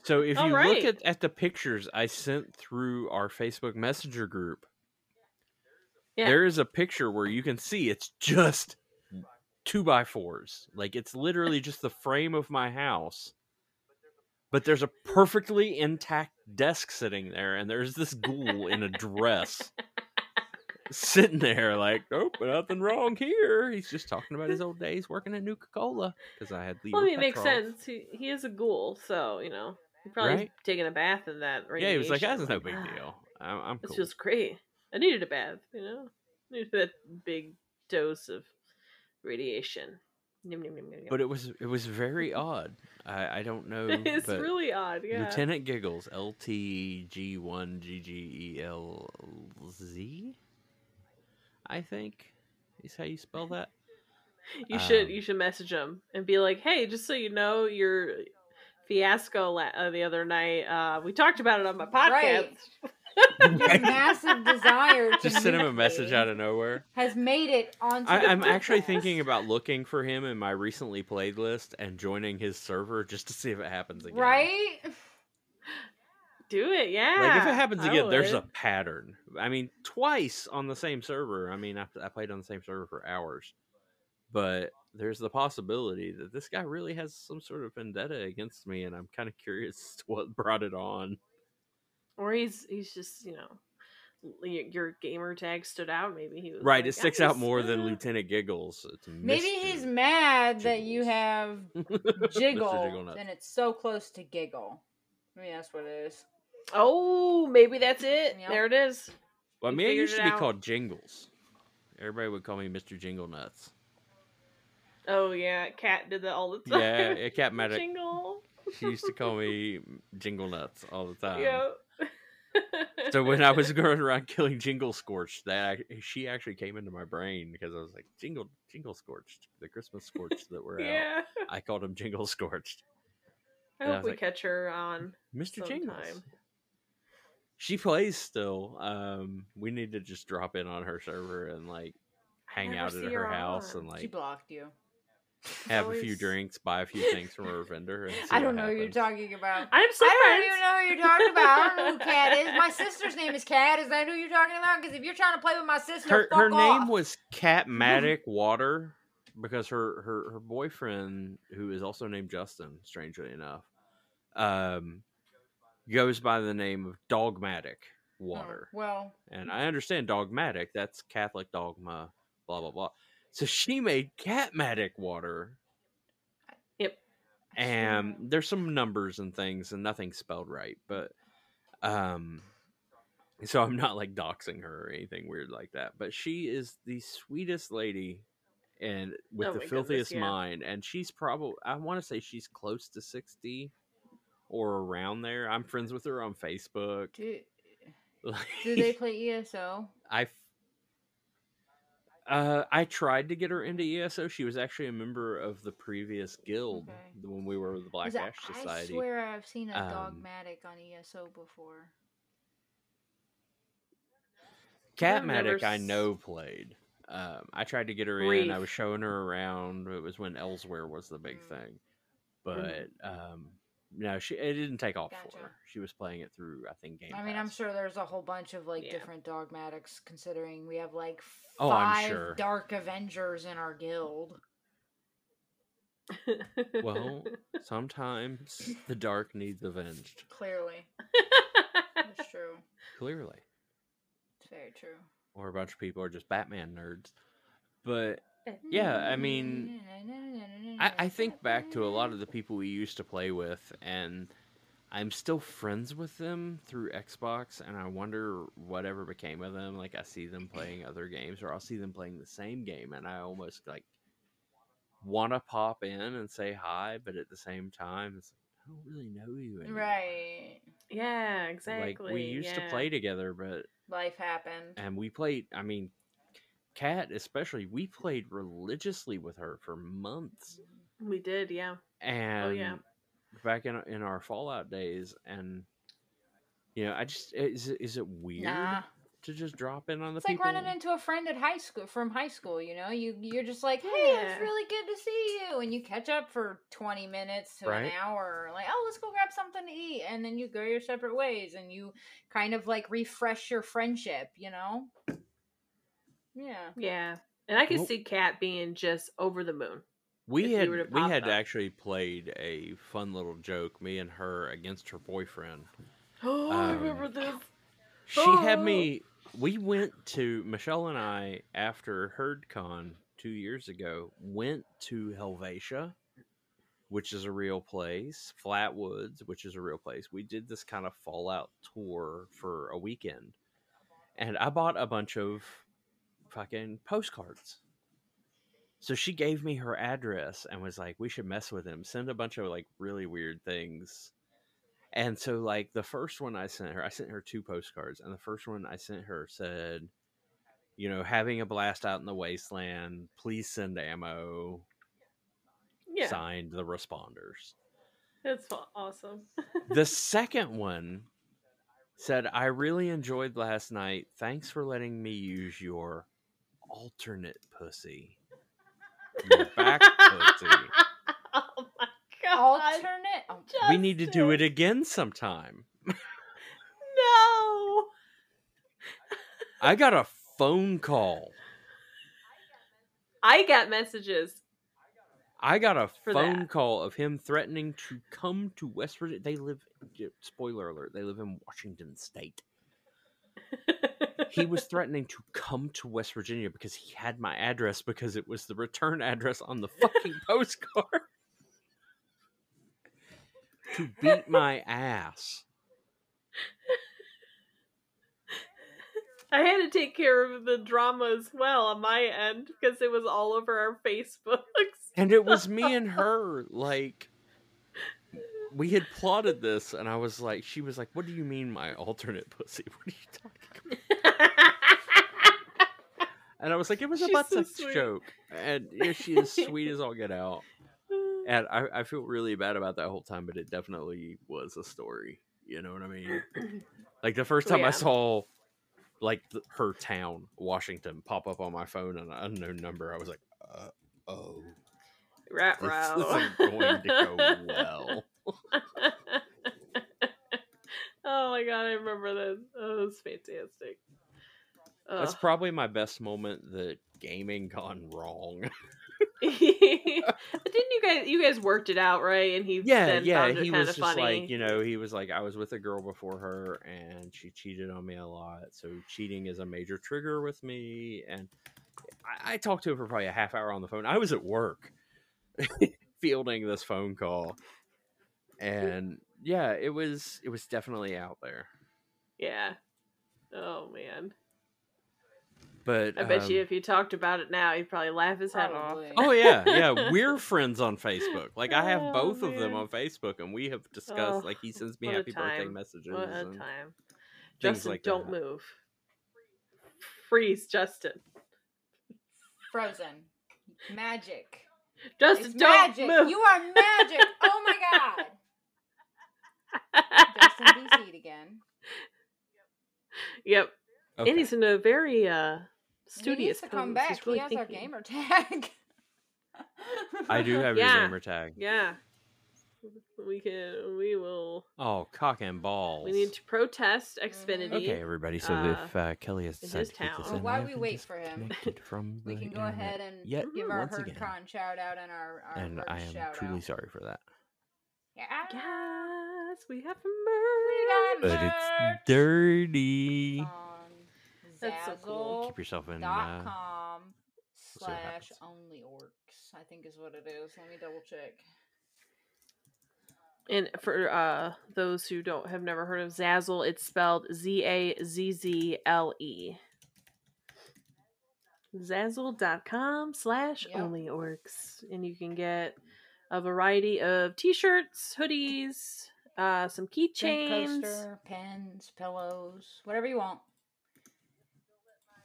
S5: So if
S2: All
S5: you
S2: right.
S5: look at, at the pictures I sent through our Facebook Messenger group,
S2: Yeah.
S5: there is a picture where you can see it's just two by fours. Like it's literally just the frame of my house. But there's a perfectly intact desk sitting there, and there's this ghoul in a dress sitting there, like, nope, nothing wrong here. He's just talking about his old days working at Nuka Cola because I had Leo
S2: Well, I mean, it makes
S5: Petrov.
S2: sense. He, he is a ghoul, so you know he probably is
S5: Right?
S2: taking a bath in that. Radiation.
S5: Yeah, he was like, that's no
S2: Like,
S5: big
S2: "Ah,
S5: deal. I'm, I'm
S2: It's
S5: cool.
S2: just great. I needed a bath. You know, needed that big dose of radiation. Yum, yum, yum, yum, yum.
S5: but it was it was very odd. I, I don't know.
S2: it's
S5: but
S2: really odd. Yeah.
S5: Lieutenant Giggles, L T G one G G E L Z. I think is how you spell that.
S2: You should
S5: Um,
S2: you should message him and be like, "Hey, just so you know, your fiasco la- uh, the other night. Uh, we talked about it on my podcast.
S4: Right. Your massive desire to
S5: Just send him a
S4: meet
S5: message
S4: me
S5: out of nowhere.
S4: has made it onto.
S5: I,
S4: the
S5: I'm actually
S4: podcast.
S5: thinking about looking for him in my recently played list and joining his server just to see if it happens again.
S4: Right?
S2: Do it, yeah.
S5: Like if it happens
S2: I
S5: again, there's a
S2: would.
S5: pattern. I mean, twice on the same server. I mean, I, I played on the same server for hours, but there's the possibility that this guy really has some sort of vendetta against me, and I'm kind of curious what brought it on.
S2: or he's he's just you know y- your gamer tag stood out. Maybe he was
S5: Right,
S2: like,
S5: it sticks
S2: "I
S5: out
S2: just,
S5: more than
S2: uh,
S5: Lieutenant Giggles. It's
S4: Maybe
S5: Mr.
S4: he's mad that you
S5: Jiggles.
S4: have
S5: Mr.
S4: jiggle,
S5: Jigglenut.
S4: and it's so close to giggle. I mean, that's what it is.
S2: Oh, maybe that's it.
S4: Yep.
S2: There it is.
S5: Well, I
S2: he
S5: mean, I
S2: figured
S5: used
S2: it
S5: to be
S2: out.
S5: called Jingles. Everybody would call me Mr. Jingle Nuts.
S2: Oh yeah, Cat did that all the time.
S5: Yeah, it cat matter.
S2: Jingle.
S5: She used to call me Jingle Nuts all the time.
S2: yeah.
S5: um, So when I was going around killing Jingle Scorch, that ac- she actually came into my brain because I was like Jingle Jingle Scorched, the Christmas Scorch that we're out.
S2: yeah,
S5: I called him Jingle Scorched,
S2: I
S5: and I
S2: hope we
S5: was like,
S2: catch her on.
S5: Mister Jingles.
S2: Sometime.
S5: She plays still. Um, we need to just drop in on her server and like hang
S2: never
S5: out at
S2: see
S5: her
S2: her
S5: house
S2: on.
S5: and
S4: she
S5: like
S4: blocked you.
S5: have a few
S2: always-
S5: drinks, buy a few things from her vendor. And see
S4: I
S5: what
S4: don't know who you're
S5: happens.
S4: talking about.
S2: I'm so
S4: I don't even know who you're talking about. I don't know who Cat is. My sister's name is Cat. Is that who you're talking about? Because if you're trying to play with my sister,
S5: her
S4: fuck
S5: her
S4: off.
S5: name was Cat Matic Water because her, her her boyfriend, who is also named Justin, strangely enough, um, goes by the name of Dogmatic
S4: Oh,
S5: Water,
S4: well,
S5: and I understand dogmatic. That's Catholic dogma. Blah blah blah. So she made Catmatic Water,
S4: I
S5: and
S4: shouldn't.
S5: there's some numbers and things, and nothing spelled right, but um. So I'm not like doxing her or anything weird like that, but she is the sweetest lady and with
S2: Oh
S5: the
S2: my goodness,
S5: filthiest
S2: yeah.
S5: mind and she's probably I want to say she's close to 60 or around there. I'm friends with her on Facebook.
S4: do,
S5: Like,
S4: do they play E ESO?
S5: I f- uh, I tried to get her into ESO. She was actually a member of the previous guild
S4: Okay.
S5: the when we were with the Black
S4: 'Cause I-
S5: Ash Society.
S4: I swear I've seen a
S5: Um,
S4: dogmatic on ESO before.
S2: I've never
S5: Catmatic, I
S2: s-
S5: know played. Um, I tried to get her in. I
S2: Reef.
S5: was showing her around. It was when Elsewhere was the big
S4: Mm.
S5: thing, but um, no, she it didn't take off for
S4: Gotcha.
S5: her. She was playing it through, I think, Game.
S4: I mean, I'm
S5: Pass.
S4: sure there's a whole bunch of like
S2: Yeah.
S4: different dogmatics considering we have like
S5: Oh, I'm
S4: five
S5: sure.
S4: Dark Avengers in our guild.
S5: Well, sometimes the dark needs avenged.
S4: Clearly, that's true.
S5: Clearly,
S4: very true.
S5: or a bunch of people are just Batman nerds. But Yeah, I mean, I, I think back to a lot of the people we used to play with, and I'm still friends with them through Xbox, and I wonder whatever became of them. Like, I see them playing other games, or I'll see them playing the same game, and I almost like want to pop in and say hi, but at the same time, it's like, I don't really know you anymore.
S4: Right.
S2: Yeah, exactly.
S5: Like, we used to
S2: yeah.
S5: play together, but
S4: Life happened.
S5: and we played i mean kat especially we played religiously with her for months
S2: We did, yeah.
S5: and
S2: Oh, yeah.
S5: back in, in our fallout days and you know i just eh, is, it- is it weird
S4: Nah.
S5: to just drop in on the
S4: It's
S5: people
S4: like running into a friend at high school from high school, you know? You you're just like, "Hey,
S2: Yeah.
S4: it's really good to see you." And you catch up for 20 minutes to an
S5: Right.
S4: hour. Like, "Oh, let's go grab something to eat." And then you go your separate ways and you kind of like refresh your friendship, you know? Yeah.
S2: Yeah. And I could
S5: Nope.
S2: see Kat being just over the moon. if
S5: we
S2: you
S5: had
S2: were to
S5: we
S2: pop
S5: had
S2: up.
S5: actually played a fun little joke me and her against her boyfriend
S2: Oh, I
S5: Um,
S2: remember this.
S5: She had
S2: Oh.
S5: me. We went to Michelle and I after HerdCon two years ago. Went to Helvetia, which is a real place. Flatwoods, which is a real place. We did this kind of Fallout tour for a weekend, and I bought a bunch of fucking postcards. So she gave me her address and was like, "We should mess with him. Send a bunch of like really weird things." And so, like the first one I sent her, I sent her two postcards, and the first one I sent her said, "You know, having a blast out in the wasteland. Please send ammo."
S2: Yeah.
S5: Signed the responders.
S2: That's fa- awesome.
S5: The second one said, "I really enjoyed last night. Thanks for letting me use your alternate pussy." Your back pussy.
S2: oh my god.
S4: Alternate oh,
S5: we need to do it
S2: Justin.
S5: again sometime.
S2: No.
S5: I got a phone call.
S2: I got messages.
S5: I got a
S2: For
S5: phone
S2: that.
S5: call of him threatening to come to West Virginia. They live, j- spoiler alert, they live in Washington State. He was threatening to come to West Virginia because he had my address because it was the return address on the fucking postcard to beat my ass.
S2: I had to take care of the drama as well on my end because it was all over our Facebooks.
S5: And it was me and her, like we had plotted this, and I was like, she was like, "What do you mean, my alternate pussy? What are you talking?" about? And I was like, "It was a
S2: She's
S5: butt
S2: so
S5: sex
S2: sweet.
S5: joke," and yeah, she is sweet as all get out. And I, I feel really bad about that whole time, but it definitely was a story. You know what I mean? Like the first time
S2: Oh, Yeah.
S5: I saw like th- her town, Washington, pop up on my phone on an unknown number, I was like, uh, "Oh,
S2: Rat
S5: this
S2: row.
S5: isn't going to go well."
S2: oh my god, I remember this. Oh, it was fantastic.
S5: That's
S2: Ugh.
S5: probably my best moment that gaming gone wrong.
S2: but didn't you guys you guys worked it out right? And he
S5: yeah,
S2: then
S5: yeah.
S2: found it
S5: He
S2: kind
S5: was
S2: of
S5: just
S2: funny.
S5: like, you know, he was like, I was with a girl before her and she cheated on me a lot. So cheating is a major trigger with me. And I, I talked to her for probably a half hour on the phone. I was at work fielding this phone call. And yeah, it was it was definitely out there.
S2: yeah. Oh man,
S5: But
S2: I bet
S5: um,
S2: you if you talked about it now, he'd probably laugh his head off.
S4: probably.
S5: Oh yeah, yeah. We're friends on Facebook. Like I have
S2: Oh,
S5: both of them
S2: man.
S5: on Facebook, and we have
S2: Oh,
S5: discussed. like he sends me
S2: what a
S5: happy birthday
S2: time.
S5: messages
S2: What a
S5: and
S2: time,
S5: things
S2: Justin!
S5: like
S2: don't
S5: that.
S2: move. Freeze, Justin.
S4: Frozen. Magic.
S2: Justin,
S4: It's
S2: don't
S4: magic.
S2: move.
S4: You are magic. Oh my god. Justin DC again.
S2: yep,
S5: Okay.
S2: and he's in a very uh
S4: he needs
S2: studious.
S4: to come
S2: pose.
S4: back.
S2: He's really
S4: he has
S2: thinking.
S4: our gamer tag.
S5: I do have
S2: Yeah.
S5: your gamer tag.
S2: Yeah, we can. We will.
S5: Oh, cock and balls.
S2: We need to protest Xfinity.
S4: Mm-hmm.
S5: Okay, everybody. So
S2: Uh,
S5: if uh, Kelly has
S2: in
S5: decided
S2: his
S5: to keep this
S2: town.
S5: in,
S4: While
S5: I
S4: we
S5: have
S4: wait for him,
S5: disconnected from
S4: we
S5: the
S4: can go
S5: internet
S4: ahead and
S5: yet
S4: give our
S5: once again.
S4: HerdCon shout out and our, our
S5: and
S4: herd
S5: I am
S4: shout
S5: truly
S4: out.
S5: sorry for that.
S4: Yeah.
S2: Yes, we have
S4: We
S2: merch.
S4: got
S5: But
S4: merch
S5: it's dirty.
S4: on
S2: That's so cool.
S4: Um, Zazzle.
S5: Keep yourself in.
S4: dot
S5: Uh,
S4: com
S5: see what
S4: slash
S5: happens.
S4: only orcs i think is what it is let me double check
S2: And for uh, those who don't have never heard of Zazzle, it's spelled Z A Z Z L E. Zazzle.com slash
S4: Yep.
S2: only orcs. And you can get a variety of t shirts, hoodies, uh, some
S4: Drink
S2: keychains.
S4: coaster, pens pillows whatever you want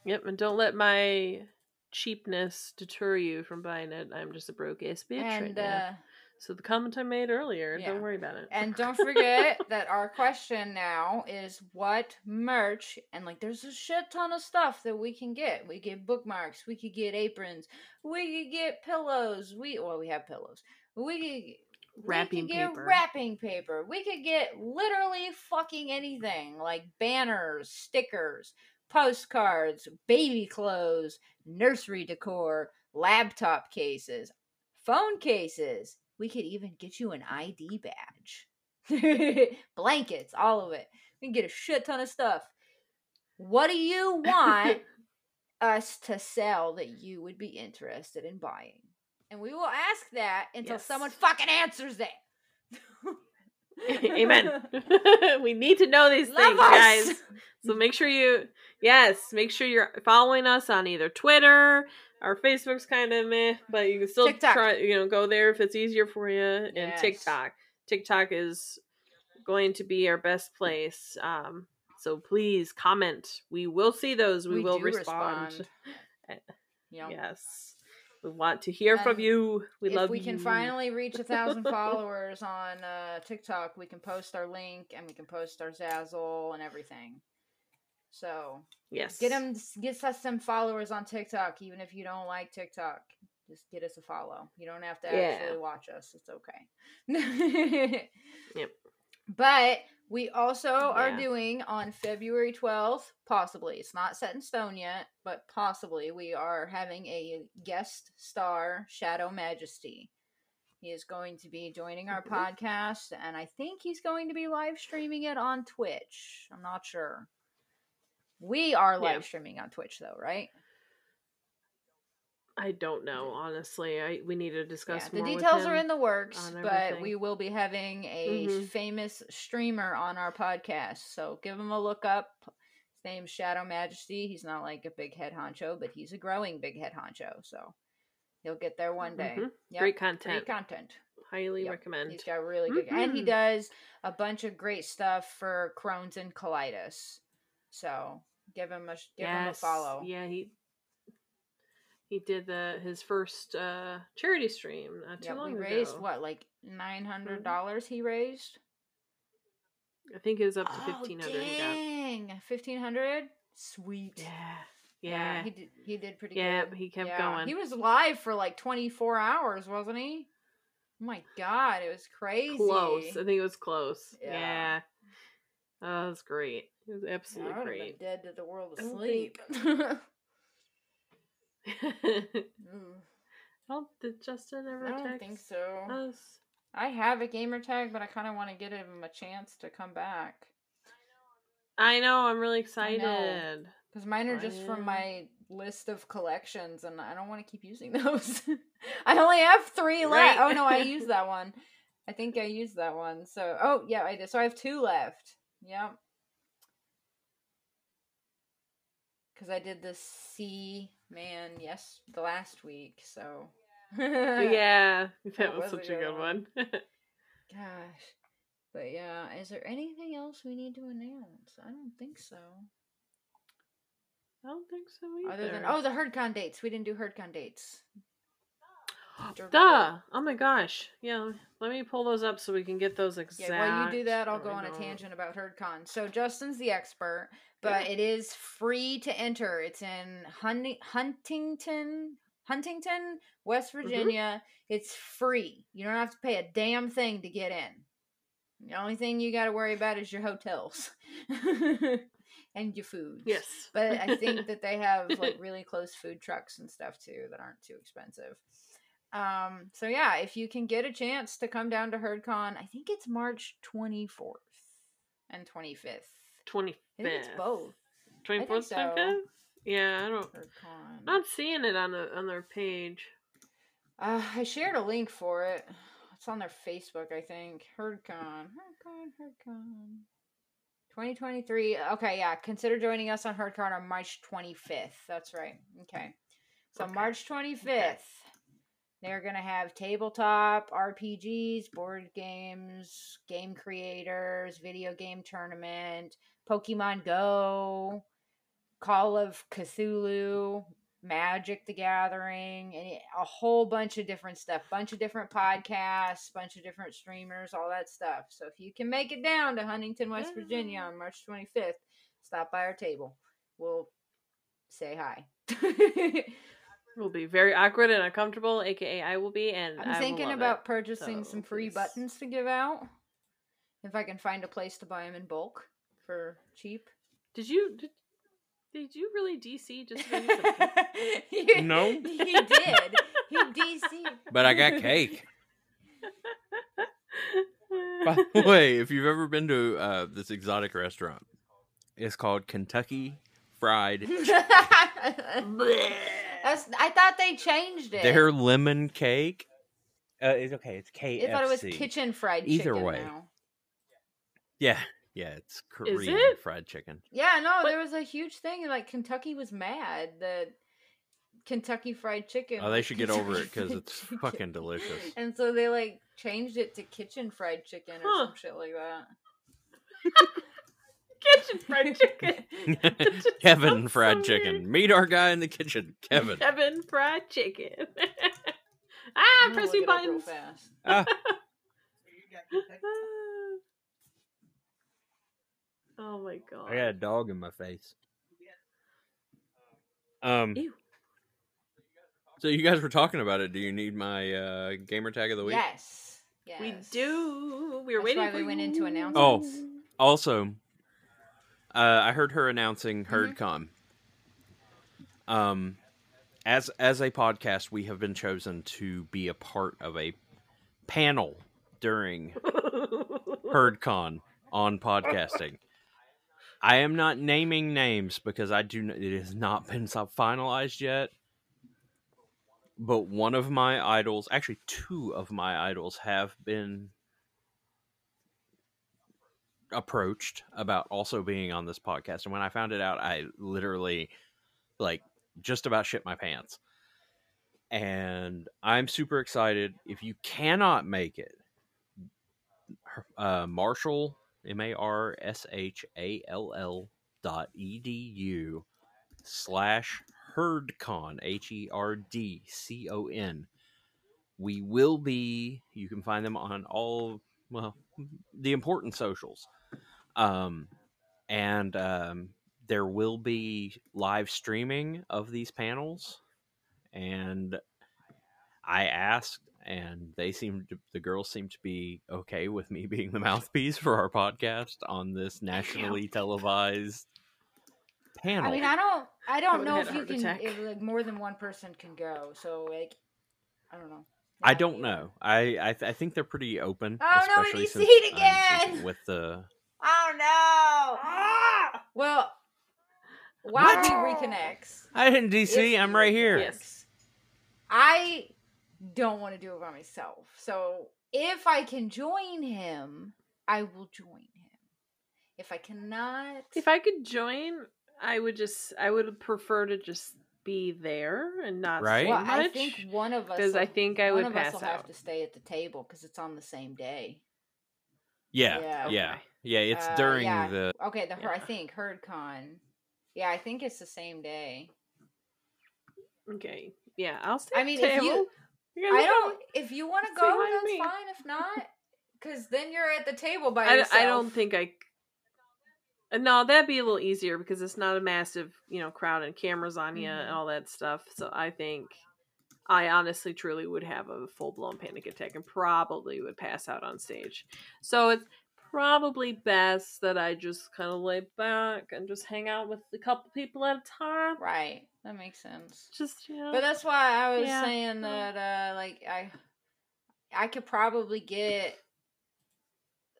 S2: Yep, and don't let my cheapness deter you from buying it. I'm just a broke ass bitch right
S4: and
S2: now.
S4: uh
S2: So the comment I made earlier,
S4: yeah.
S2: don't worry about it.
S4: and don't forget that our question now is what merch and like there's a shit ton of stuff that we can get we get bookmarks we could get aprons we could get pillows we well we have pillows we could we
S2: Wrapping
S4: could get
S2: paper.
S4: wrapping paper we could get literally fucking anything like banners stickers postcards baby clothes nursery decor laptop cases phone cases. We could even get you an ID badge, blankets, all of it. We can get a shit ton of stuff. What do you want us to sell that you would be interested in buying? And we will ask that until
S2: Yes.
S4: someone fucking answers that.
S2: Amen. we need to know these
S4: Love
S2: things,
S4: us.
S2: guys. So make sure you, yes, make sure you're following us on either Twitter. Our Facebook's kind of meh, but you can still
S4: TikTok.
S2: try, you know, go there if it's easier for you. And
S4: Yes.
S2: TikTok, TikTok is going to be our best place. Um, so please comment. We will see those. We, will
S4: do
S2: respond. Uh,
S4: respond. Yep.
S2: Yes, we want to hear from
S4: And
S2: you. We
S4: if
S2: love
S4: we can
S2: you.
S4: finally reach a thousand followers on uh, TikTok, we can post our link and we can post our Zazzle and everything. So
S2: yes,
S4: get them, get us some followers on TikTok, even if you don't like TikTok. Just get us a follow. You don't have to
S2: Yeah.
S4: actually watch us. It's okay.
S2: Yep.
S4: But we also are
S2: Yeah.
S4: doing on February 12th, possibly. It's not set in stone yet, but possibly we are having a guest star, Shadow Majesty. He is going to be joining our
S2: Mhm.
S4: podcast, and I think he's going to be live streaming it on Twitch. I'm not sure. We are
S2: Yeah.
S4: live streaming on Twitch, though, right?
S2: I don't know, honestly. I we need to discuss
S4: Yeah, the
S2: more with
S4: details are
S2: him.
S4: in the works,
S2: on
S4: but
S2: everything.
S4: we will be having a
S2: Mhm.
S4: famous streamer on our podcast. So give him a look up. His name's Shadow Majesty. He's not like a big head honcho, but he's a growing big head honcho. So he'll get there one day.
S2: Mhm.
S4: Yep,
S2: Great
S4: Free
S2: content.
S4: content.
S2: Highly
S4: Yep.
S2: recommend.
S4: He's got really good, and he
S2: Mhm.
S4: does a bunch of great stuff for Crohn's and colitis. So give him a sh- give him a
S2: Yes.
S4: follow.
S2: Yeah, he he did the his first uh charity stream not too
S4: Yeah,
S2: long
S4: we
S2: ago. Mm-hmm.
S4: raised what like nine hundred dollars. He raised.
S2: I think it was up to
S4: Oh,
S2: fifteen hundred he got.
S4: Dang, fifteen hundred. Sweet.
S2: Yeah. Yeah.
S4: he did. He did pretty
S2: Yeah,
S4: good.
S2: he kept
S4: Yeah,
S2: going.
S4: He was live for like twenty four hours, wasn't he? Oh my god, it was crazy.
S2: close. I think it was close.
S4: Yeah.
S2: Yeah. Oh, that was great. It was
S4: Yeah, I
S2: absolutely
S4: would've been
S2: great.
S4: dead to the world
S2: I
S4: of
S2: don't
S4: sleep.
S2: think- I
S4: Mm,
S2: don't Oh, did Justin ever
S4: I don't
S2: text
S4: think so.
S2: us?
S4: Um, I have a gamer tag, but I kind of want to give him a chance to come back
S2: I know, I'm really
S4: I know.
S2: excited.
S4: because mine are just from
S2: Yeah.
S4: my list of collections, and I don't want to keep using those. I only have three left.
S2: Right.
S4: Oh no, I used that one. I think I used that one. So oh yeah, I did. So I have two left. Yep. Because I did the Sea Man yes the last week. So
S2: yeah, that
S4: That
S2: was
S4: was a
S2: such a
S4: good
S2: good
S4: one.
S2: one.
S4: Gosh. But yeah, is there anything else we need to announce? I don't think so.
S2: I don't think so either.
S4: Other than oh, the HerdCon dates. We didn't do HerdCon dates. Dirk
S2: duh! Oh my gosh, yeah. Let me pull those up so we can get those exact.
S4: Yeah, while you do that, I'll
S2: or
S4: go on a
S2: not.
S4: tangent about HerdCon. So Justin's the expert, but it is free to enter. It's in Hun- Huntington, Huntington, West
S2: Mm-hmm.
S4: Virginia. It's free. You don't have to pay a damn thing to get in. The only thing you got to worry about is your hotels and your food.
S2: Yes,
S4: But I think that they have like really close food trucks and stuff too that aren't too expensive. Um, so yeah, if you can get a chance to come down to HerdCon, I think it's March 24th and 25th.
S2: twenty
S4: I
S2: fifth.
S4: think it's both.
S2: Twenty fourth,
S4: so.
S2: twenty fifth. Yeah, I don't.
S4: Or con.
S2: Not seeing it on the on their page.
S4: Uh, I shared a link for it. It's on their Facebook, I think. HerdCon. HerdCon, HerdCon. 2023. Okay, yeah. Consider joining us on HerdCon on March 25th. That's right. Okay. So,
S2: Okay.
S4: March 25th, they're going to have tabletop, RPGs, board games, game creators, video game tournament, Pokemon Go, Call of Cthulhu, Magic the Gathering, and it- a whole bunch of different stuff, bunch of different podcasts, bunch of different streamers, all that stuff. So if you can make it down to Huntington, West
S2: Mm-hmm.
S4: Virginia on March 25th, stop by our table. We'll say hi.
S2: Will be very awkward and uncomfortable, aka I will be, and I
S4: I'm
S2: will
S4: thinking
S2: love
S4: about
S2: it.
S4: purchasing
S2: so
S4: some free
S2: please.
S4: buttons to give out if I can find a place to buy them in bulk for cheap.
S2: Did you did, did you really DC just? bring us a-
S4: You-
S5: No.
S4: he did. He DC.
S5: But I got cake. By the way, if you've ever been to uh, this exotic restaurant, it's called Kentucky Fried.
S4: That's, I thought they changed it.
S5: Their lemon cake. Uh, it's okay. It's KFC.
S4: I thought it was kitchen fried
S5: Either
S4: chicken.
S5: way.
S4: now.
S5: Yeah, yeah. It's Korean
S2: it?
S5: fried chicken.
S4: Yeah, no,
S2: But-
S4: there was a huge thing. Like Kentucky was mad that Kentucky fried chicken.
S5: Oh, they
S4: was
S5: should get over it
S4: Kentucky
S5: because
S4: Fried
S5: it's
S4: Chicken.
S5: fucking delicious.
S4: And so they like changed it to kitchen fried chicken or
S2: Huh.
S4: some shit like that.
S2: kitchen fried chicken. That just
S5: Kevin
S2: sounds
S5: fried
S2: so
S5: chicken.
S2: weird.
S5: Meet our guy in the kitchen, Kevin.
S2: Kevin fried chicken. ah,
S4: gonna
S2: pressing
S4: look it up real
S2: buttons.
S4: fast.
S2: oh my god.
S5: I got a dog in my face. Um.
S2: Ew.
S5: So you guys were talking about it. Do you need my uh, gamer tag of the week?
S4: Yes. Yes.
S2: We do. We were
S4: That's
S2: waiting
S4: why
S2: for
S4: we went into
S2: you.
S4: announcements.
S5: Oh, Also, uh, I heard her announcing
S2: Mm-hmm.
S5: HerdCon. Um, as as a podcast, we have been chosen to be a part of a panel during HerdCon on podcasting. I am not naming names because I do. kn- It has not been so- finalized yet. But one of my idols, actually two of my idols, have been approached about also being on this podcast. And when I found it out, I literally like just about shit my pants. And I'm super excited. If you cannot make it, uh, Marshall M A R S H A L L dot E D U slash herdcon H E R D C O N. We will be. You can find them on all well the important socials. Um, and um, there will be live streaming of these panels. And I asked, and they seemed to, the girls seemed to be okay with me being the mouthpiece for our podcast on this nationally televised panel.
S4: I mean, I don't, I don't
S2: would've
S4: know
S2: had
S4: if
S2: a
S4: you
S2: heart
S4: can,
S2: attack.
S4: if like more than one person can go. So like, I don't know.
S5: I
S4: Yeah,
S5: don't
S4: you-
S5: know. I I, th- I think they're pretty open.
S4: Oh, no,
S5: especially
S4: we
S5: since
S4: see it
S5: I'm
S4: again!
S5: with the
S4: Oh no! Well, while he reconnects,
S5: I didn't DC.
S4: if
S5: I'm
S4: he
S5: right here.
S4: reconnects, I don't want to do it by myself. So if I can join him, I will join him. If I cannot,
S2: If I could join, I would just. I would prefer to just be there and not
S5: Right?
S2: say
S4: well,
S2: much.
S4: I think one of us,
S2: because I
S4: will-
S2: think I
S4: one
S2: would
S4: of us
S2: pass
S4: will have
S2: out.
S4: to stay at the table because it's on the same day.
S5: Yeah,
S4: Yeah.
S5: yeah,
S2: Okay.
S5: yeah. it's
S4: Uh,
S5: during
S4: yeah.
S5: the
S4: Okay, the her I
S2: Yeah.
S4: think HerdCon. Yeah, I think it's the same day.
S2: Okay. Yeah, I'll stay.
S4: I
S2: at the
S4: mean, if
S2: table.
S4: you-
S2: You guys
S4: I
S2: are
S4: don't. If you want to
S2: Say
S4: go,
S2: hi to
S4: that's
S2: me.
S4: fine. If not, because then you're at the table by
S2: I,
S4: yourself.
S2: I don't think I. c- No, that'd be a little easier because it's not a massive, you know, crowd and cameras on you and
S4: Mhm.
S2: all that stuff. So I think I honestly, truly would have a full blown panic attack and probably would pass out on stage. So it's probably best that I just kind of lay back and just hang out with a couple people at a time.
S4: Right, that makes sense.
S2: Just you know,
S4: But that's why I was
S2: Yeah.
S4: saying that, uh, like, I, I could probably get,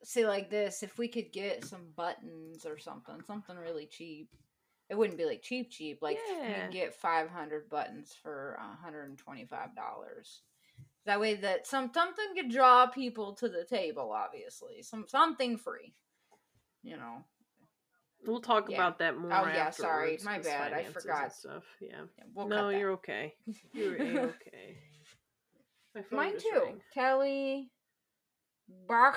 S4: say, like this. If we could get some buttons or something, something really cheap, it wouldn't be like cheap cheap like you
S2: Yeah.
S4: can get 500 buttons for 125 dollars that way that some something could draw people to the table obviously some something free you know
S2: We'll talk
S4: Yeah.
S2: about that more.
S4: Oh, yeah, sorry.
S2: afterwards,
S4: My
S2: 'cause
S4: bad, I
S2: finances and
S4: forgot.
S2: stuff. Yeah.
S4: Yeah, we'll
S2: no,
S4: cut that.
S2: you're okay. You're a- okay. My phone
S4: mine
S2: just
S4: too
S2: rang.
S4: kelly Barack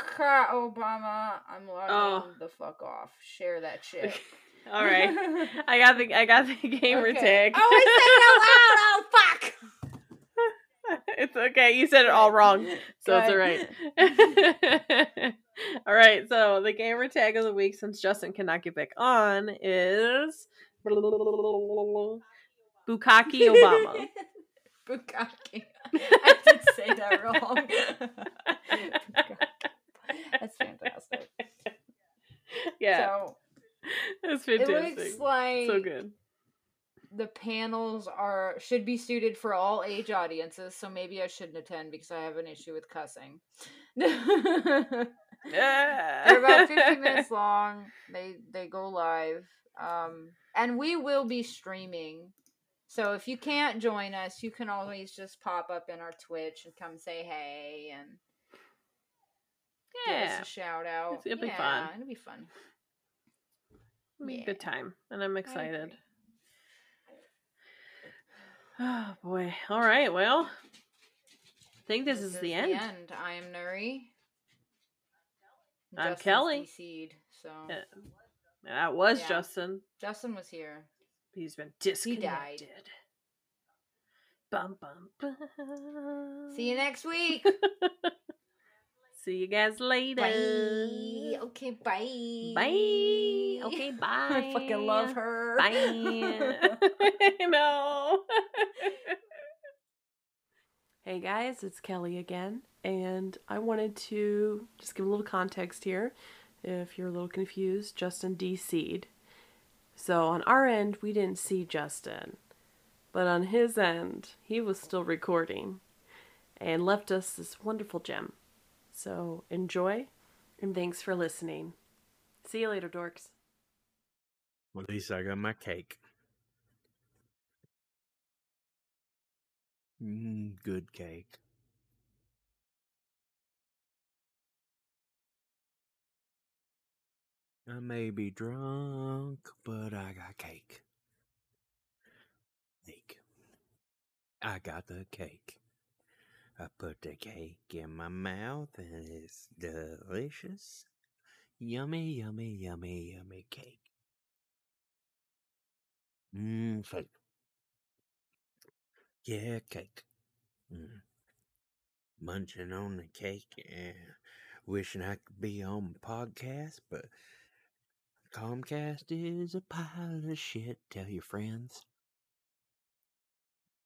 S4: Obama, I'm logging
S2: Oh.
S4: the fuck off. Share that shit.
S2: All right. I got the I got the gamer
S4: Okay.
S2: tag.
S4: Oh, I said it out loud. Oh,
S2: it's okay. You said it all wrong, so it's all right. all right. So the gamer tag of the week, since Justin cannot get back on, is Bukaki E. Obama.
S4: fuck. Bukaki. I did say that wrong. That's fantastic.
S2: yeah,
S4: So
S2: it's
S4: it
S2: fantastic.
S4: looks like
S2: so good.
S4: the panels are should be suited for all age audiences. So maybe I shouldn't attend because I have an issue with cussing. They're about 15 minutes long. They they go live. Um and we will be streaming. So if you can't join us, you can always just pop up in our Twitch and come say hey and give
S2: Yeah,
S4: us a shout out.
S2: It's- it'll be
S4: Yeah,
S2: fun.
S4: It'll be fun.
S2: It'll be a
S4: yeah.
S2: good time, and I'm excited.
S4: agree.
S2: Oh boy! All right. Well, I think this, is, the end.
S4: I am Nuri.
S2: I'm
S4: Justin's
S2: Kelly.
S4: DC'd, so
S2: Yeah. Uh, That was
S4: Yeah.
S2: Justin.
S4: Justin was here.
S2: He's been
S4: died.
S2: disconnected. Bum, bum, bum.
S4: See you next week.
S2: See you guys later.
S4: bye. Okay, bye.
S2: Bye. Okay, bye.
S4: I fucking love her.
S2: Bye. no. hey guys, it's Kelly again, and I wanted to just give a little context here. If you're a little confused, Justin DC'd. So on our end, we didn't see Justin, but on his end, he was still recording and left us this wonderful gem. So enjoy, and thanks for listening. See you later, dorks.
S5: Well, at least I got my cake. Mm, good cake. I may be drunk, but I got cake. Cake. I got the cake. I put the cake in my mouth and it's delicious. Yummy, yummy, yummy, yummy cake. Mm, cake. Yeah, cake. Mm. Munching on the cake and wishing I could be on the podcast, but Comcast is a pile of shit. Tell your friends.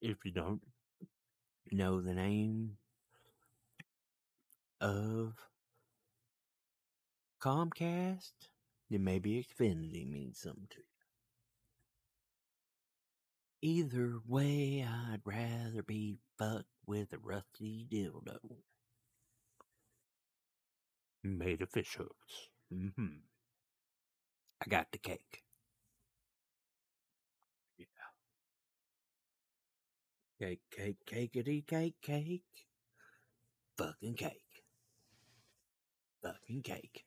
S5: If you don't know the name of Comcast, then maybe Xfinity means something to you. Either way, I'd rather be fucked with a rusty dildo. Made of fish hooks. hmm I got the cake. Yeah. Cake, cake, cakeity, cake, cake. Fucking cake. Fucking cake.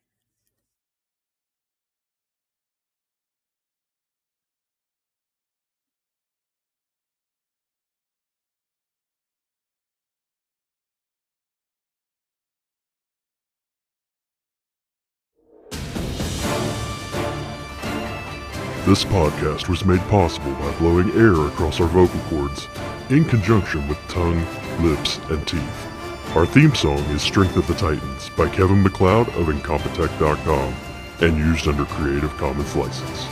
S1: This podcast was made possible by blowing air across our vocal cords in conjunction with tongue, lips, and teeth. Our theme song is Strength of the Titans by Kevin McLeod of Incompetech.com and used under Creative Commons license.